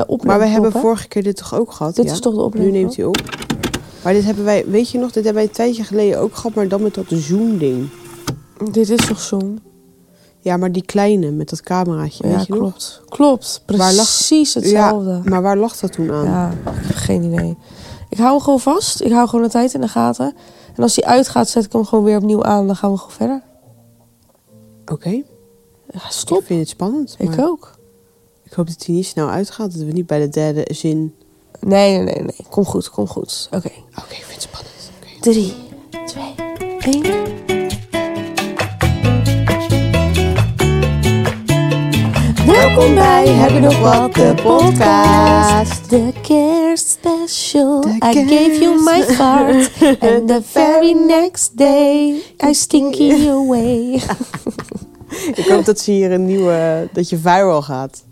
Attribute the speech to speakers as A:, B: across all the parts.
A: de opname
B: Maar we hebben
A: stoppen.
B: vorige keer dit toch ook gehad?
A: Dit
B: ja?
A: is toch de
B: Nu
A: opname?
B: neemt hij op. Maar dit hebben wij, weet je nog, dit hebben wij een tijdje geleden ook gehad, maar dan met dat Zoom-ding.
A: Dit is toch Zoom?
B: Ja, maar die kleine met dat cameraatje,
A: Ja,
B: weet je nog?
A: klopt. Klopt,
B: Waar lag-
A: precies hetzelfde.
B: Maar waar lag dat toen aan?
A: Ja, ik heb geen idee. Ik hou hem gewoon vast. Ik hou gewoon de tijd in de gaten. En als hij uitgaat, zet ik hem gewoon weer opnieuw aan. Dan gaan we gewoon verder.
B: Oké,
A: Ja,
B: ik
A: stop.
B: vind het spannend.
A: Ik
B: maar
A: ook.
B: ik hoop dat hij niet snel uitgaat, dat we niet bij de derde zin...
A: Nee, nee, nee. nee. Kom goed, kom goed. Oké.
B: Oké, ik vind het spannend. Oké.
A: Drie, twee, één. Welkom bij Heb je nog wat? De podcast. De kerstspecial.
B: De
A: I gave you my
B: kerst-
A: fart. And the very next day, I stinky away.
B: Ik hoop dat ze hier een nieuwe, dat je viral gaat.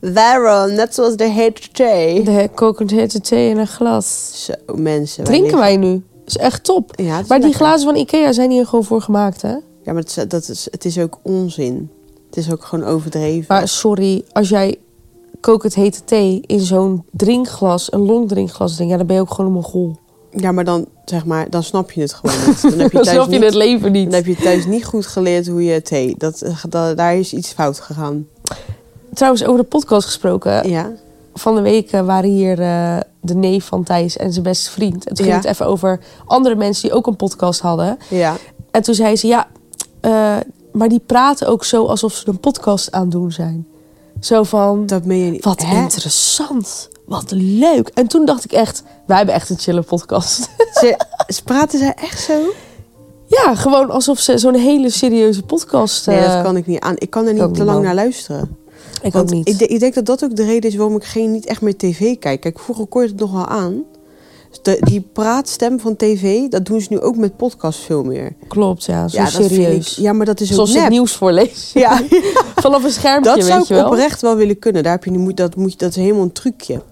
B: Viral, net zoals de hete thee.
A: De kokend hete thee in een glas.
B: Zo, mensen.
A: Drinken
B: liggen-
A: wij nu. Is echt top.
B: Ja, het is
A: Maar die
B: lekker.
A: glazen van Ikea zijn hier gewoon voor gemaakt, hè?
B: Ja, maar het is, dat is, het is ook onzin. Het is ook gewoon overdreven.
A: Maar sorry, als jij kokend hete thee in zo'n drinkglas, een longdrinkglas drinkt, ja, dan ben je ook gewoon een mongool.
B: Ja, maar dan, zeg maar, dan snap je het gewoon niet. Dan heb je
A: Dan
B: thuis,
A: snap je
B: niet,
A: het leven
B: dan
A: niet.
B: heb je thuis niet goed geleerd hoe je thee... Dat, eh, da- daar is iets fout gegaan.
A: Trouwens, over de podcast gesproken.
B: Ja.
A: Van de week eh, waren hier eh, de neef van Thijs en zijn beste vriend. En toen ging
B: Ja.
A: het even over andere mensen die ook een podcast hadden.
B: Ja.
A: En toen zei ze, ja, eh, maar die praten ook zo alsof ze een podcast aan het doen zijn. Zo van,
B: Dat meen je niet.
A: wat
B: Hè?
A: interessant, wat leuk. En toen dacht ik echt, wij hebben echt een chille podcast.
B: Ze, ze praten zij echt zo?
A: Ja, gewoon alsof ze zo'n hele serieuze podcast.
B: Nee,
A: eh,
B: dat kan ik niet aan. Ik kan er
A: ik ook
B: niet te
A: niet,
B: lang
A: man.
B: naar luisteren.
A: Ik
B: Want
A: ook niet.
B: Ik, denk- ik denk dat dat ook de reden is waarom ik geen, niet echt meer tv kijk. Kijk, vroeger kon je het nog wel aan. Dus de- die praatstem van tv, dat doen ze nu ook met podcasts veel meer.
A: Klopt, ja. Zo
B: dat vind
A: serieus.
B: ik- ja, maar dat is ook
A: Zoals ze
B: nep.
A: het nieuws voorlezen.
B: Ja,
A: Vanaf een schermpje,
B: dat zou
A: weet
B: ik
A: je wel.
B: oprecht wel willen kunnen. Daar heb je, nu moet- dat, moet, je- dat is helemaal een trucje.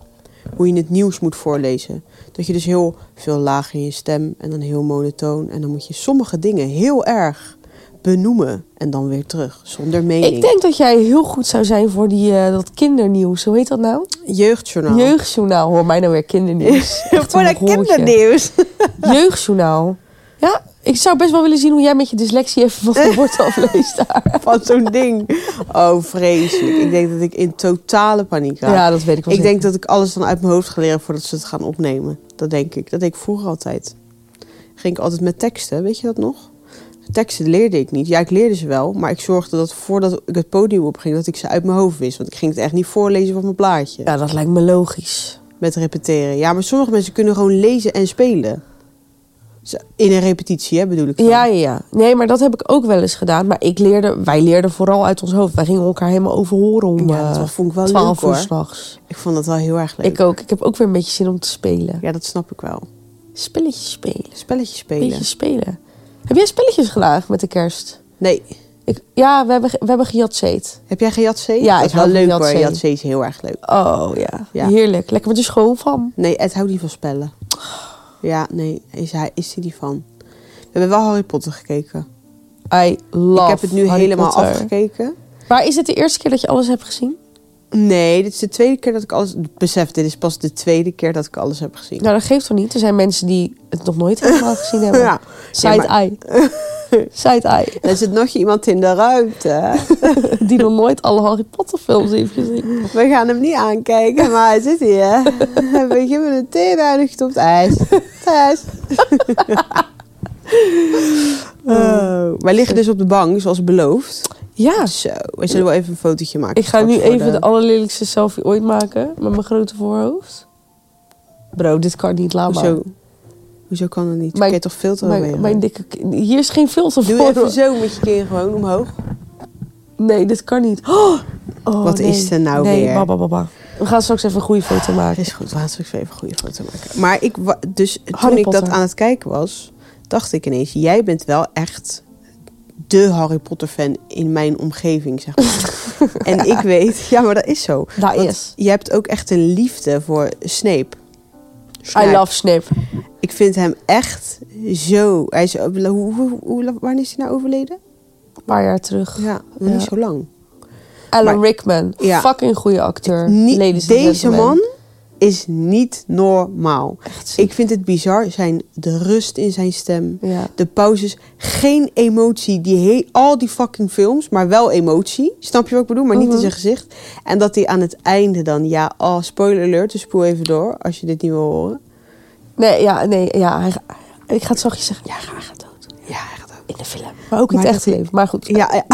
B: Hoe je het nieuws moet voorlezen. Dat je dus heel veel laag in je stem en dan heel monotoon. En dan moet je sommige dingen heel erg benoemen en dan weer terug. Zonder mening.
A: Ik denk dat jij heel goed zou zijn voor die, eh, dat kindernieuws. Hoe heet dat nou?
B: Jeugdjournaal.
A: Jeugdjournaal. Hoor mij nou weer kindernieuws. Echt
B: Voor
A: een
B: dat
A: horrortje.
B: kindernieuws.
A: Jeugdjournaal. Ja, ik zou best wel willen zien hoe jij met je dyslexie even wat een woord afleest daar.
B: Van zo'n ding. Oh, vreselijk. Ik denk dat ik in totale paniek raak.
A: Ja, dat weet ik wel
B: ik
A: zeker.
B: denk dat ik alles dan uit mijn hoofd ga leren voordat ze het gaan opnemen. Dat denk ik. Dat deed ik vroeger altijd. Ging ik altijd met teksten, weet je dat nog? Teksten leerde ik niet. Ja, ik leerde ze wel, maar ik zorgde dat voordat ik het podium opging, dat ik ze uit mijn hoofd wist. Want ik ging het echt niet voorlezen van mijn plaatje.
A: Ja, dat lijkt me logisch.
B: Met repeteren. Ja, maar sommige mensen kunnen gewoon lezen en spelen. Ze- In een repetitie, hè, bedoel ik. dan.
A: Ja, ja, ja. Nee, maar dat heb ik ook wel eens gedaan. Maar ik leerde, wij leerden vooral uit ons hoofd. Wij gingen elkaar helemaal overhoren om
B: Ja,
A: eh,
B: dat vond ik wel
A: 12
B: leuk
A: uur
B: hoor.
A: s'nachts.
B: Ik vond dat wel heel erg leuk.
A: Ik ook. Ik heb ook weer een beetje zin om te spelen.
B: Ja, dat snap ik wel.
A: Spelletjes spelen.
B: Spelletjes spelen.
A: Beetje spelen. Heb jij spelletjes gedaan met de kerst?
B: Nee.
A: Ik, ja, we hebben, ge- we hebben gejatseet.
B: Heb jij gejatseed?
A: Ja,
B: dat
A: ik
B: is wel
A: hou van
B: leuk hoor.
A: jatzee.
B: Jatzee is heel erg leuk.
A: Oh ja.
B: Ja.
A: heerlijk. Lekker met de school van.
B: Nee, Ed houdt niet van spellen. Ja, nee, is hij, is hij niet van. We hebben wel Harry Potter gekeken.
A: I love
B: ik heb het nu
A: Harry
B: helemaal
A: Potter.
B: afgekeken.
A: Maar is het de eerste keer dat je alles hebt gezien?
B: Nee, dit is de tweede keer dat ik alles... Besef, dit is pas de tweede keer dat ik alles heb gezien.
A: Nou, dat geeft toch niet? Er zijn mensen die het nog nooit helemaal gezien hebben.
B: Ja.
A: Side-eye. Side-eye.
B: Er zit nog iemand in de ruimte.
A: Die nog nooit alle Harry Potter films heeft gezien.
B: We gaan hem niet aankijken, maar hij zit hier. We geven een theeruinigd op het ijs. Thuis. Oh, wij liggen dus op de bank, zoals beloofd.
A: Eh, Ja.
B: Zo, we zullen wel even een fotootje maken.
A: Ik ga nu
B: straks voor
A: even de allerlelijkste selfie ooit maken. Met mijn grote voorhoofd. Bro, dit kan niet. Laat maar.
B: Hoezo? Hoezo kan dat niet?
A: Mijn-
B: Kun je toch filter mee?
A: Mijn, mijn dikke... kin- Hier is geen filter
B: Doe
A: voor.
B: even zo met je kin gewoon omhoog.
A: Nee, dit kan niet. Oh, oh,
B: Wat
A: nee.
B: is er nou
A: nee,
B: weer?
A: baba, baba. We gaan straks even een goede foto maken.
B: Is goed, laten we even een goede foto maken. Maar ik, wa- dus toen
A: Harry
B: ik dat
A: Potter.
B: aan het kijken was, dacht ik ineens: jij bent wel echt de Harry Potter fan in mijn omgeving, zeg maar. en ik weet, ja, maar dat is zo.
A: Daar
B: Want
A: is.
B: Je hebt ook echt een liefde voor Snape.
A: I
B: Snape.
A: love Snape.
B: Ik vind hem echt zo. Hij is, hoe, hoe, hoe- wanneer is hij nou overleden?
A: Een paar jaar terug.
B: Ja, nog
A: Ja.
B: niet zo lang.
A: Alan
B: Maar-
A: Rickman,
B: Ja.
A: fucking goede acteur.
B: Niet-
A: Ladies and
B: deze
A: gentlemen.
B: man is niet normaal.
A: Echt ziek.
B: Ik vind het bizar. Zijn, de rust in zijn stem.
A: Ja.
B: De pauzes. Geen emotie. Die he- al die fucking films. Maar wel emotie. Snap je wat ik bedoel? Maar niet in
A: Mhm.
B: zijn gezicht. En dat hij aan het einde dan... Ja, oh, spoiler alert. Dus spoel even door. Als je dit niet wil horen.
A: Nee, ja, nee, ja. Hij, ga- ik ga het zachtjes zeggen. Ja, hij gaat dood.
B: Ja, hij gaat ook.
A: In de film. Maar ook in
B: Maar
A: het
B: dat
A: echt
B: hij-
A: leven. Maar goed.
B: Ja, ja.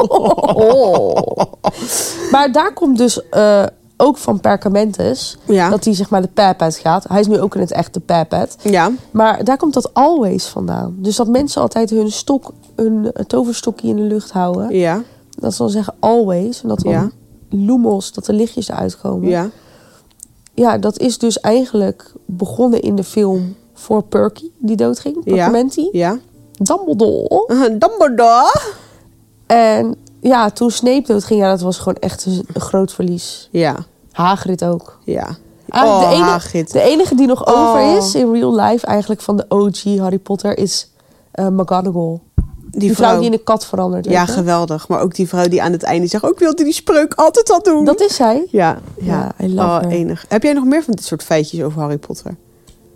A: Oh. Maar daar komt dus eh, ook van Percamentus.
B: Ja.
A: Dat hij zeg maar de papet gaat. Hij is nu ook in het echte papet.
B: ja.
A: Maar daar komt dat always vandaan. Dus dat mensen altijd hun stok, hun eh, toverstokje in de lucht houden.
B: Ja.
A: Dat ze dan zeggen always. En dat dan
B: Ja.
A: lumos, dat de lichtjes eruit komen.
B: Ja.
A: Ja, dat is dus eigenlijk begonnen in de film voor Perky, die doodging. Percamenti.
B: Ja.
A: Dumbledore.
B: Dumbledore.
A: En ja, toen Snape doodging, ja, dat was gewoon echt een, een groot verlies.
B: Ja.
A: Hagrid ook.
B: Ja.
A: Eigenlijk Ah,
B: oh,
A: de, enige,
B: Hagrid.
A: de enige die nog
B: Oh.
A: over is in real life eigenlijk van de OG Harry Potter is eh McGonagall.
B: Die,
A: Die, vrouw
B: vrouw.
A: die in de kat verandert.
B: Ja,
A: weet je?
B: geweldig. Maar ook die vrouw die aan het einde zegt... ook wilde die spreuk altijd al doen.
A: Dat is zij.
B: Ja, ja.
A: Ja, I love
B: oh,
A: her.
B: enig. Heb jij nog meer van dit soort feitjes over Harry Potter?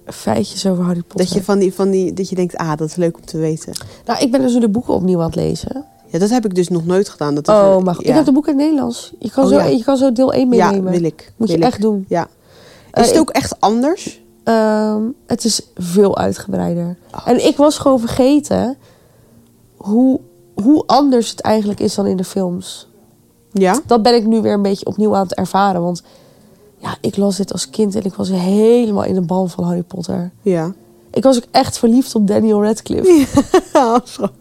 A: Feitjes over Harry Potter.
B: Dat je, van die, van die, dat je denkt, ah, dat is leuk om te weten.
A: Nou, ik ben dus nu de boeken opnieuw aan het lezen.
B: Ja, dat heb ik dus nog nooit gedaan. Dat is
A: Oh,
B: een-
A: maar goed.
B: ja.
A: ik heb de boeken in het Nederlands. Je kan,
B: Oh,
A: zo,
B: ja.
A: je kan zo deel 1
B: Ja,
A: meenemen.
B: wil ik.
A: Moet je
B: wil ik.
A: echt doen.
B: Ja.
A: Eh,
B: Is het
A: ik-
B: ook echt anders?
A: Ehm, het is veel uitgebreider.
B: Ah.
A: En ik was gewoon vergeten hoe, hoe anders het eigenlijk is dan in de films.
B: Ja?
A: Dat ben ik nu weer een beetje opnieuw aan het ervaren. Want ja, ik las dit als kind en ik was helemaal in de ban van Harry Potter.
B: Ja.
A: Ik was ook echt verliefd op Daniel Radcliffe.
B: oh, schat.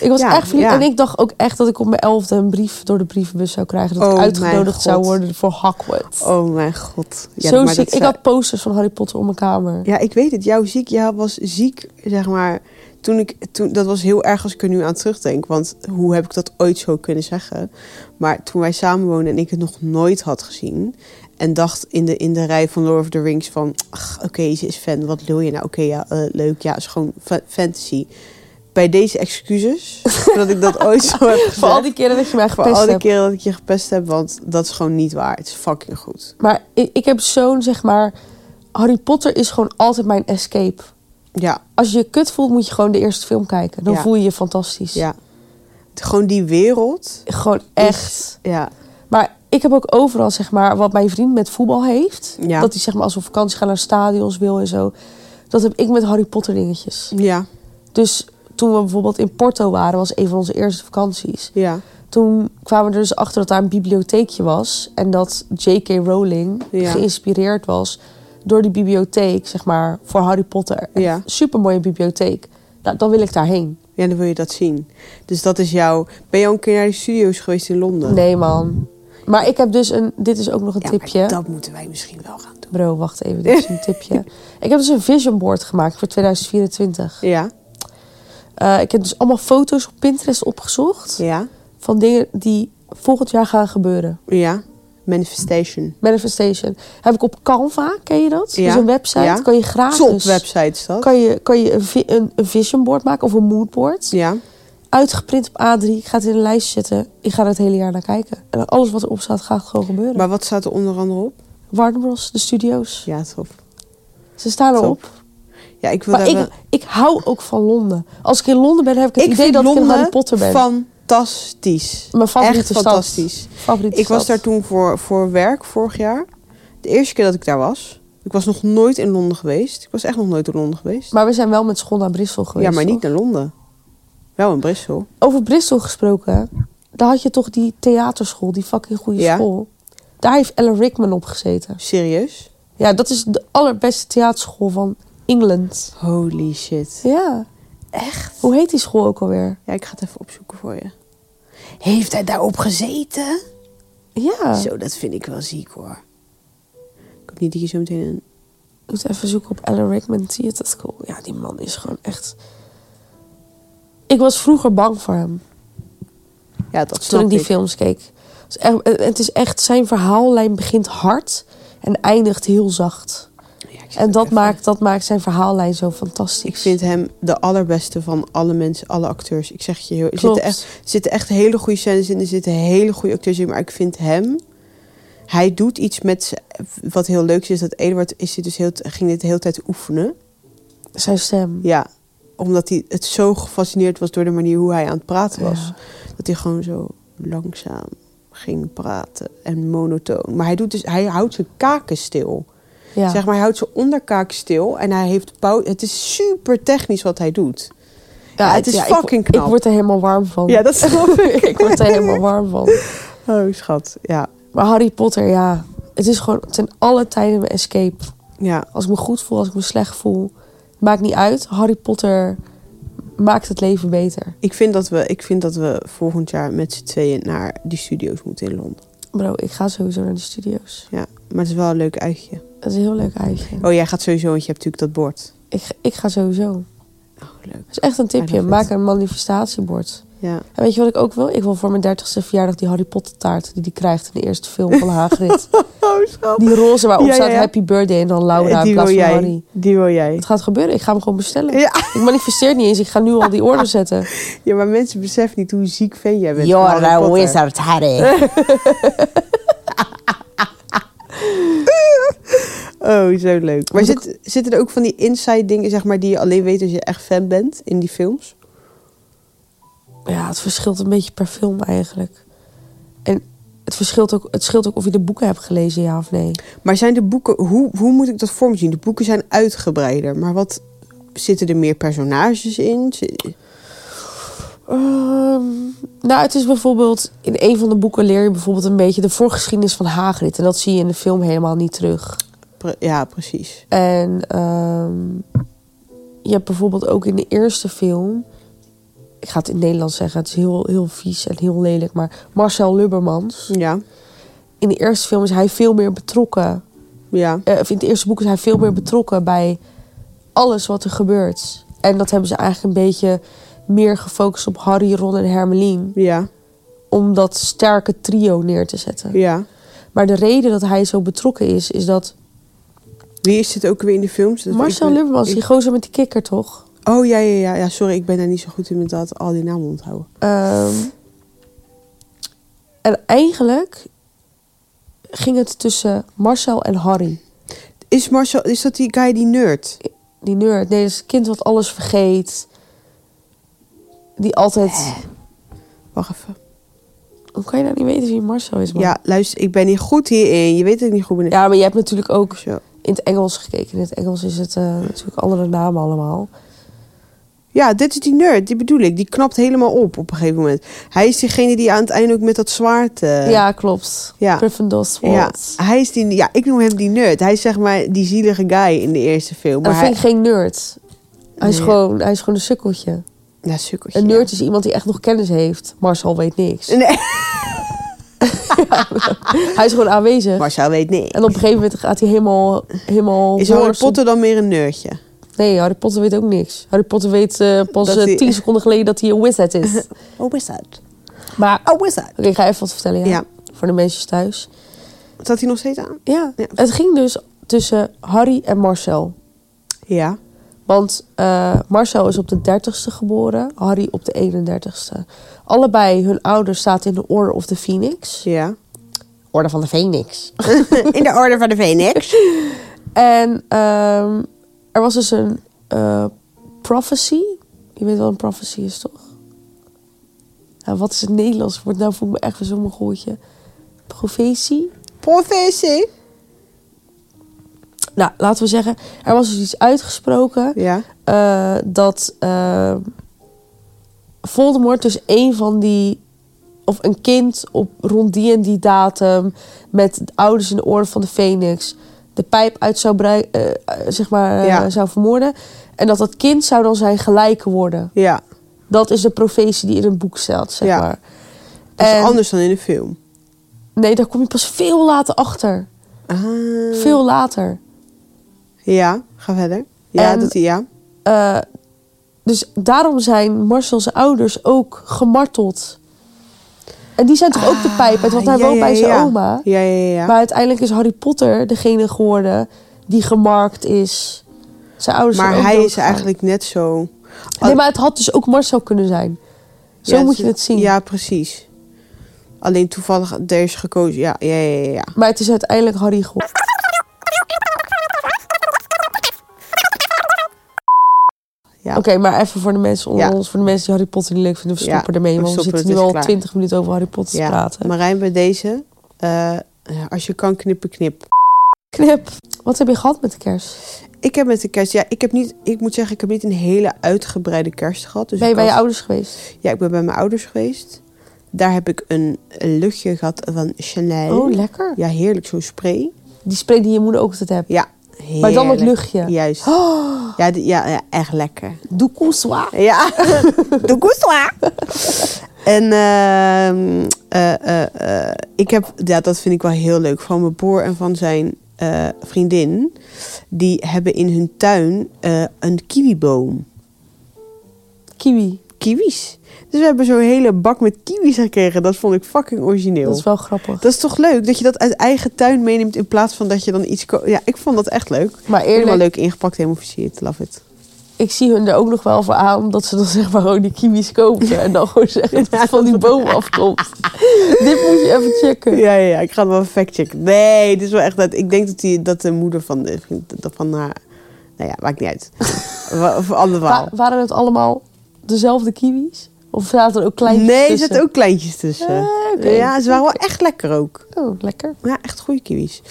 A: Ik was
B: Ja,
A: echt verliefd.
B: ja.
A: En ik dacht ook echt dat ik op mijn elfde een brief door de brievenbus zou krijgen. Dat
B: Oh,
A: ik
B: mijn
A: uitgenodigd zou
B: God.
A: worden voor Hogwarts.
B: Oh, mijn god. Ja,
A: Zo
B: maar
A: ziek.
B: dat
A: Ik
B: ze-
A: had posters van Harry Potter op mijn kamer.
B: Ja, ik weet het. Jouw ziek, jij was ziek, zeg maar. Toen ik, toen, dat was heel erg als ik er nu aan terugdenk. Want hoe heb ik dat ooit zo kunnen zeggen? Maar toen wij samen woonden en ik het nog nooit had gezien. En dacht in de, in de rij van Lord of the Rings van... Ach, oké, ze is fan. Wat wil je nou? Oké, ja, eh, leuk. Ja, is gewoon fa- fantasy. Bij deze excuses, dat ik dat ooit zo heb gezegd.
A: Voor al die keren dat je mij
B: Voor al
A: gepest
B: die
A: hebt.
B: keren dat ik je gepest heb. Want dat is gewoon niet waar. Het is fucking goed.
A: Maar ik, ik heb zo'n, zeg maar... Harry Potter is gewoon altijd mijn escape.
B: Ja,
A: Als je je kut voelt, moet je gewoon de eerste film kijken. Dan
B: Ja.
A: voel je je fantastisch.
B: ja. Gewoon die wereld.
A: Gewoon echt.
B: Ja,
A: Maar ik heb ook overal, zeg maar, wat mijn vriend met voetbal heeft.
B: Ja.
A: Dat hij, zeg maar, als we op vakantie gaan naar stadions wil en zo. Dat heb ik met Harry Potter dingetjes.
B: ja,
A: Dus toen we bijvoorbeeld in Porto waren, was een van onze eerste vakanties.
B: ja,
A: Toen kwamen we er dus achter dat daar een bibliotheekje was. En dat J.K. Rowling
B: Ja.
A: geïnspireerd was door die bibliotheek, zeg maar, voor Harry Potter.
B: Ja.
A: Super mooie bibliotheek. Nou, dan wil ik daarheen.
B: ja. Dan wil je dat zien. Dus dat is jouw. Ben je al een keer naar de studio's geweest in Londen?
A: Nee, man. Maar ik heb dus een. Dit is ook nog een
B: Ja, maar
A: tipje.
B: dat moeten wij misschien wel gaan doen.
A: Bro, wacht even. Dit is een tipje. Ik heb dus een vision board gemaakt voor 2024.
B: Ja,
A: Eh, ik heb dus allemaal foto's op Pinterest opgezocht.
B: ja,
A: Van dingen die volgend jaar gaan gebeuren.
B: ja. Manifestation.
A: Manifestation. Heb ik op Canva, ken je dat?
B: Ja.
A: Dus een website.
B: Ja.
A: Kan je gratis.
B: Top website is dat.
A: Kan je, kan je een, vi- een, een vision board maken of een mood board.
B: Ja,
A: Uitgeprint op A3. Ik ga het in een lijst zetten. Ik ga er het hele jaar naar kijken. En alles wat erop staat gaat gewoon gebeuren.
B: maar wat staat er onder andere op?
A: Warner Bros, de studio's.
B: Ja, top.
A: Ze staan erop.
B: Ja, ik wil
A: Maar ik,
B: hebben-
A: ik hou ook van Londen. Als ik in Londen ben, heb ik het
B: ik
A: idee
B: vind
A: dat
B: Londen
A: ik in Harry Potter ben.
B: fantastisch.
A: Mijn favoriete
B: Echt
A: stad.
B: fantastisch.
A: Favoriete
B: Ik was
A: stad.
B: daar toen voor, voor werk vorig jaar. De eerste keer dat ik daar was. Ik was nog nooit in Londen geweest. Ik was echt nog nooit in Londen geweest.
A: Maar we zijn wel met school naar Bristol geweest.
B: ja, maar
A: toch?
B: niet naar Londen. Wel in Brussel.
A: Over Bristol gesproken, daar had je toch die theaterschool, die fucking goede
B: Ja.
A: school. Daar heeft Ellen Rickman op gezeten.
B: Serieus?
A: Ja, dat is de allerbeste theaterschool van Engeland.
B: Holy shit.
A: Ja. Echt? Hoe heet die school ook alweer?
B: Ja, ik ga het even opzoeken voor je. Heeft hij daarop gezeten?
A: Ja.
B: Zo, dat vind ik wel ziek hoor. Ik hoop niet dat je zo meteen een...
A: Ik moet even zoeken op Ellen Rickman Theater School. Ja, die man is gewoon echt... Ik was vroeger bang voor hem.
B: Ja, dat
A: toen
B: snap
A: ik die
B: ik.
A: films keek. Het is, echt, het is echt, zijn verhaallijn begint hard en eindigt heel zacht.
B: Ja, ik zit
A: En
B: ook
A: dat
B: even-
A: maakt, dat maakt zijn verhaallijn zo fantastisch.
B: Ik vind hem de allerbeste van alle mensen, alle acteurs. Ik zeg het je heel... Er
A: Klopt.
B: zitten echt, er zitten echt hele goede scènes in. Er zitten hele goede acteurs in. Maar ik vind hem... Hij doet iets met... z'n- Wat heel leuk is, is dat Eduard is dit dus heel, ging dit de hele tijd oefenen.
A: Zijn stem.
B: Ja, omdat hij het zo gefascineerd was door de manier hoe hij aan het praten was.
A: Ja.
B: Dat hij gewoon zo langzaam ging praten en monotoon. Maar hij, doet dus, hij houdt zijn kaken stil.
A: Ja.
B: Zeg maar, hij houdt zijn onderkaak stil en hij heeft pau- Het is super technisch wat hij doet. ja, het is
A: ik-
B: fucking knap.
A: Ik word er helemaal warm van.
B: Ja, dat snap ik.
A: ik word er helemaal warm van.
B: Oh, schat. Ja,
A: Maar Harry Potter, ja. Het is gewoon ten alle tijden mijn escape.
B: ja.
A: Als ik me goed voel, als ik me slecht voel. Maakt niet uit. Harry Potter maakt het leven beter.
B: Ik, vind dat we, ik vind dat we volgend jaar met z'n tweeën naar die studio's moeten in Londen.
A: Bro, ik ga sowieso naar de studio's.
B: Ja, maar het is wel een leuk uitje.
A: Dat is een heel leuk uitje.
B: Oh, jij gaat sowieso, want je hebt natuurlijk dat bord.
A: Ik, ik ga sowieso. Dat
B: Oh, leuk.
A: is echt een tipje.
B: love it.
A: Maak een manifestatiebord.
B: Ja.
A: En weet je wat ik ook wil? Ik wil voor mijn dertigste verjaardag die Harry Potter taart... die die krijgt in de eerste film van Hagrid.
B: Oh, schat.
A: Die roze waarop
B: Ja, ja,
A: staat
B: ja. Eh,
A: Happy Birthday en dan Laura in
B: die wil
A: plaats van
B: jij.
A: Harry.
B: Die wil jij.
A: Het gaat gebeuren. Ik ga hem gewoon bestellen.
B: Ja.
A: Ik manifesteer niet eens. Ik ga nu al die order zetten.
B: ja, maar mensen beseffen niet hoe ziek fan jij bent. van Harry Potter.
A: Harry.
B: Oh, zo leuk. Maar
A: Moet ik-
B: zit, zitten er ook van die inside dingen, zeg maar, die je alleen weet als je echt fan bent in die films?
A: Ja, het verschilt een beetje per film eigenlijk. En het verschilt ook, het scheelt ook of je de boeken hebt gelezen, ja of nee.
B: Maar zijn de boeken, hoe, hoe moet ik dat voor me zien? De boeken zijn uitgebreider, maar wat zitten er meer personages in? Zi-
A: Ehm, nou, het is bijvoorbeeld... In een van de boeken leer je bijvoorbeeld een beetje de voorgeschiedenis van Hagrid. En dat zie je in de film helemaal niet terug.
B: Pre- Ja, precies.
A: En ehm, je hebt bijvoorbeeld ook in de eerste film... Ik ga het in het Nederlands zeggen. Het is heel, heel vies en heel lelijk. Maar Marcel Lubbermans.
B: Ja,
A: In de eerste film is hij veel meer betrokken.
B: ja,
A: eh, of in het eerste boek is hij veel meer betrokken bij alles wat er gebeurt. En dat hebben ze eigenlijk een beetje meer gefocust op Harry, Ron en Hermeline.
B: ja,
A: Om dat sterke trio neer te zetten.
B: ja.
A: Maar de reden dat hij zo betrokken is, is dat...
B: Wie is dit ook weer in de films? Dat-
A: Marcel
B: Dus ik ben-
A: Lubbermans,
B: ik-
A: die gozer met die kikker toch?
B: Oh, ja, ja, ja, ja. Sorry, ik ben daar niet zo goed in met dat, al die namen onthouden.
A: Ehm, en eigenlijk ging het tussen Marcel en Harry.
B: Is Marcel, is dat die guy die nerd?
A: Die nerd. Nee, dat is het kind wat alles vergeet. Die altijd...
B: Wacht even.
A: Hoe kan je nou niet weten wie Marcel is, man?
B: Ja, luister, ik ben niet goed hierin. Je weet dat ik niet goed ben.
A: Ja, maar je hebt natuurlijk ook
B: Zo.
A: in het Engels gekeken. In het Engels is het eh, natuurlijk andere namen allemaal.
B: Ja, dit is die nerd, die bedoel ik. Die knapt helemaal op op een gegeven moment. Hij is diegene die aan het einde ook met dat zwaard... eh,
A: ja, klopt.
B: ja.
A: Gryffindor
B: ja, Ah,
A: Sword.
B: hij is die, ja, ik noem hem die nerd. Hij is zeg maar die zielige guy in de eerste film.
A: Dat
B: Maar
A: vind ik
B: hij,
A: geen nerd. Hij is,
B: Nee.
A: gewoon, hij is gewoon een sukkeltje.
B: ja, sukkeltje,
A: Een
B: ja.
A: nerd is iemand die echt nog kennis heeft. Marcel weet niks.
B: Nee.
A: Hij is gewoon aanwezig.
B: Marcel weet niet.
A: En op een gegeven moment gaat hij helemaal... helemaal
B: Is Harry
A: horst op-
B: Potter dan meer een nerdje?
A: Nee, Harry Potter weet ook niks. Harry Potter weet eh, pas
B: Dat
A: eh,
B: hij-
A: tien seconden geleden dat hij een wizard is.
B: Oh, wizard.
A: Maar... Oké,
B: Oh, wizard.
A: ik ga even wat vertellen, ja.
B: Ja.
A: Voor de mensen thuis.
B: Zat hij nog steeds aan?
A: Ja.
B: Ja.
A: Het ging dus tussen Harry en Marcel.
B: Ja.
A: Want eh, Marcel is op de 30ste geboren, Harry op de 31ste. Allebei hun ouders zaten in de Orde of the Phoenix.
B: Ja.
A: Orde van de Phoenix.
B: In de Orde van de Phoenix.
A: En ehm, er was dus een eh, prophecy. Je weet wel een prophecy is, toch? Nou, wat is het Nederlands woord? Nou voel ik me echt weer zo'n gooitje. Profetie?
B: Professie.
A: Nou, laten we zeggen, er was dus iets uitgesproken...
B: Ja.
A: eh, dat eh, Voldemort dus een van die... of een kind op rond die en die datum... met de ouders in de orde van de Phoenix... de pijp uit zou, brei- eh, eh, zeg maar, eh,
B: Ja.
A: zou vermoorden. En dat dat kind zou dan zijn gelijke worden.
B: Ja.
A: Dat is de profetie die in een boek staat, zeg
B: Ja. Dus
A: maar.
B: Dat is
A: En-
B: anders dan in de film.
A: Nee, daar kom je pas veel later achter.
B: Ah.
A: Veel later.
B: Ja, ga verder. Ja,
A: En-
B: dat hij, ja.
A: Eh, dus daarom zijn Marcel's ouders ook gemarteld. En die zijn toch ook de pijp uit, want hij
B: Ah, ja,
A: woont
B: ja,
A: bij zijn
B: ja.
A: oma.
B: Ja, ja, ja. ja.
A: Maar uiteindelijk is Harry Potter degene geworden die gemarkt is. Zijn ouders zijn
B: Maar
A: ook
B: hij is
A: doodgegaan.
B: eigenlijk net zo.
A: Nee, maar het had dus ook Marcel kunnen zijn. Zo
B: Ja,
A: moet je het zien.
B: Ja, precies. Alleen toevallig, er is gekozen. Ja, ja, ja, ja, ja.
A: Maar het is uiteindelijk Harry geworden.
B: Ja.
A: Oké, maar even voor de mensen onder
B: Ja.
A: ons, voor de mensen die Harry Potter niet leuk vinden, we
B: Ja,
A: stoppen ermee.
B: we
A: Want we
B: stoppen,
A: zitten
B: het
A: nu
B: is
A: al
B: klaar.
A: 20 minuten over Harry Potter
B: Ja,
A: te praten.
B: Marijn, bij deze. eh, als je kan knippen, knip.
A: Knip. Wat heb je gehad met de kerst?
B: Ik heb met de kerst, ja, ik heb niet, ik moet zeggen, ik heb niet een hele uitgebreide kerst gehad. Dus
A: ben je
B: ik
A: bij je
B: had-
A: ouders geweest?
B: Ja, ik ben bij mijn ouders geweest. Daar heb ik een, een luchtje gehad van Chanel.
A: Oh, lekker.
B: ja, heerlijk, zo'n spray.
A: Die spreekt die je moeder ook altijd hebt.
B: Ja, heerlijk.
A: Maar dan het luchtje.
B: Juist.
A: Oh.
B: Ja, die- ja, ja, echt lekker.
A: Doe koeswa.
B: Ja, de Gusla. En ehm, eh, eh, eh, ik heb, ja, dat vind ik wel heel leuk, van mijn broer en van zijn eh, vriendin. Die hebben in hun tuin eh, een kiwiboom.
A: Kiwi.
B: Kiwis. Dus we hebben zo'n hele bak met kiwis gekregen. Dat vond ik fucking origineel.
A: Dat is wel grappig.
B: Dat is toch leuk dat je dat uit eigen tuin meeneemt in plaats van dat je dan iets. ko- Ja, ik vond dat echt leuk.
A: Maar
B: Helemaal
A: eerlijk,
B: leuk ingepakt, helemaal versierd. Love it.
A: ik zie hun er ook nog wel voor aan dat ze dan zeg maar gewoon die kiwis kopen. En dan gewoon zeggen dat het
B: Ja,
A: van die
B: dat-
A: boom afkomt. Dit moet je even checken.
B: Ja, ja, ja, ik ga het wel factchecken. Nee, dit is wel echt dat. Ik denk dat, die, dat de moeder van de vriend dat van haar. Nou ja, maakt niet uit. Wa- Voor allemaal.
A: Wa- waren het allemaal dezelfde kiwis? Of zaten er ook kleintjes
B: Nee, er
A: tussen?
B: zitten ook kleintjes tussen.
A: Ah, oké.
B: Ja, ze waren wel echt lekker ook.
A: Oh, lekker.
B: Ja, echt goede kiwis.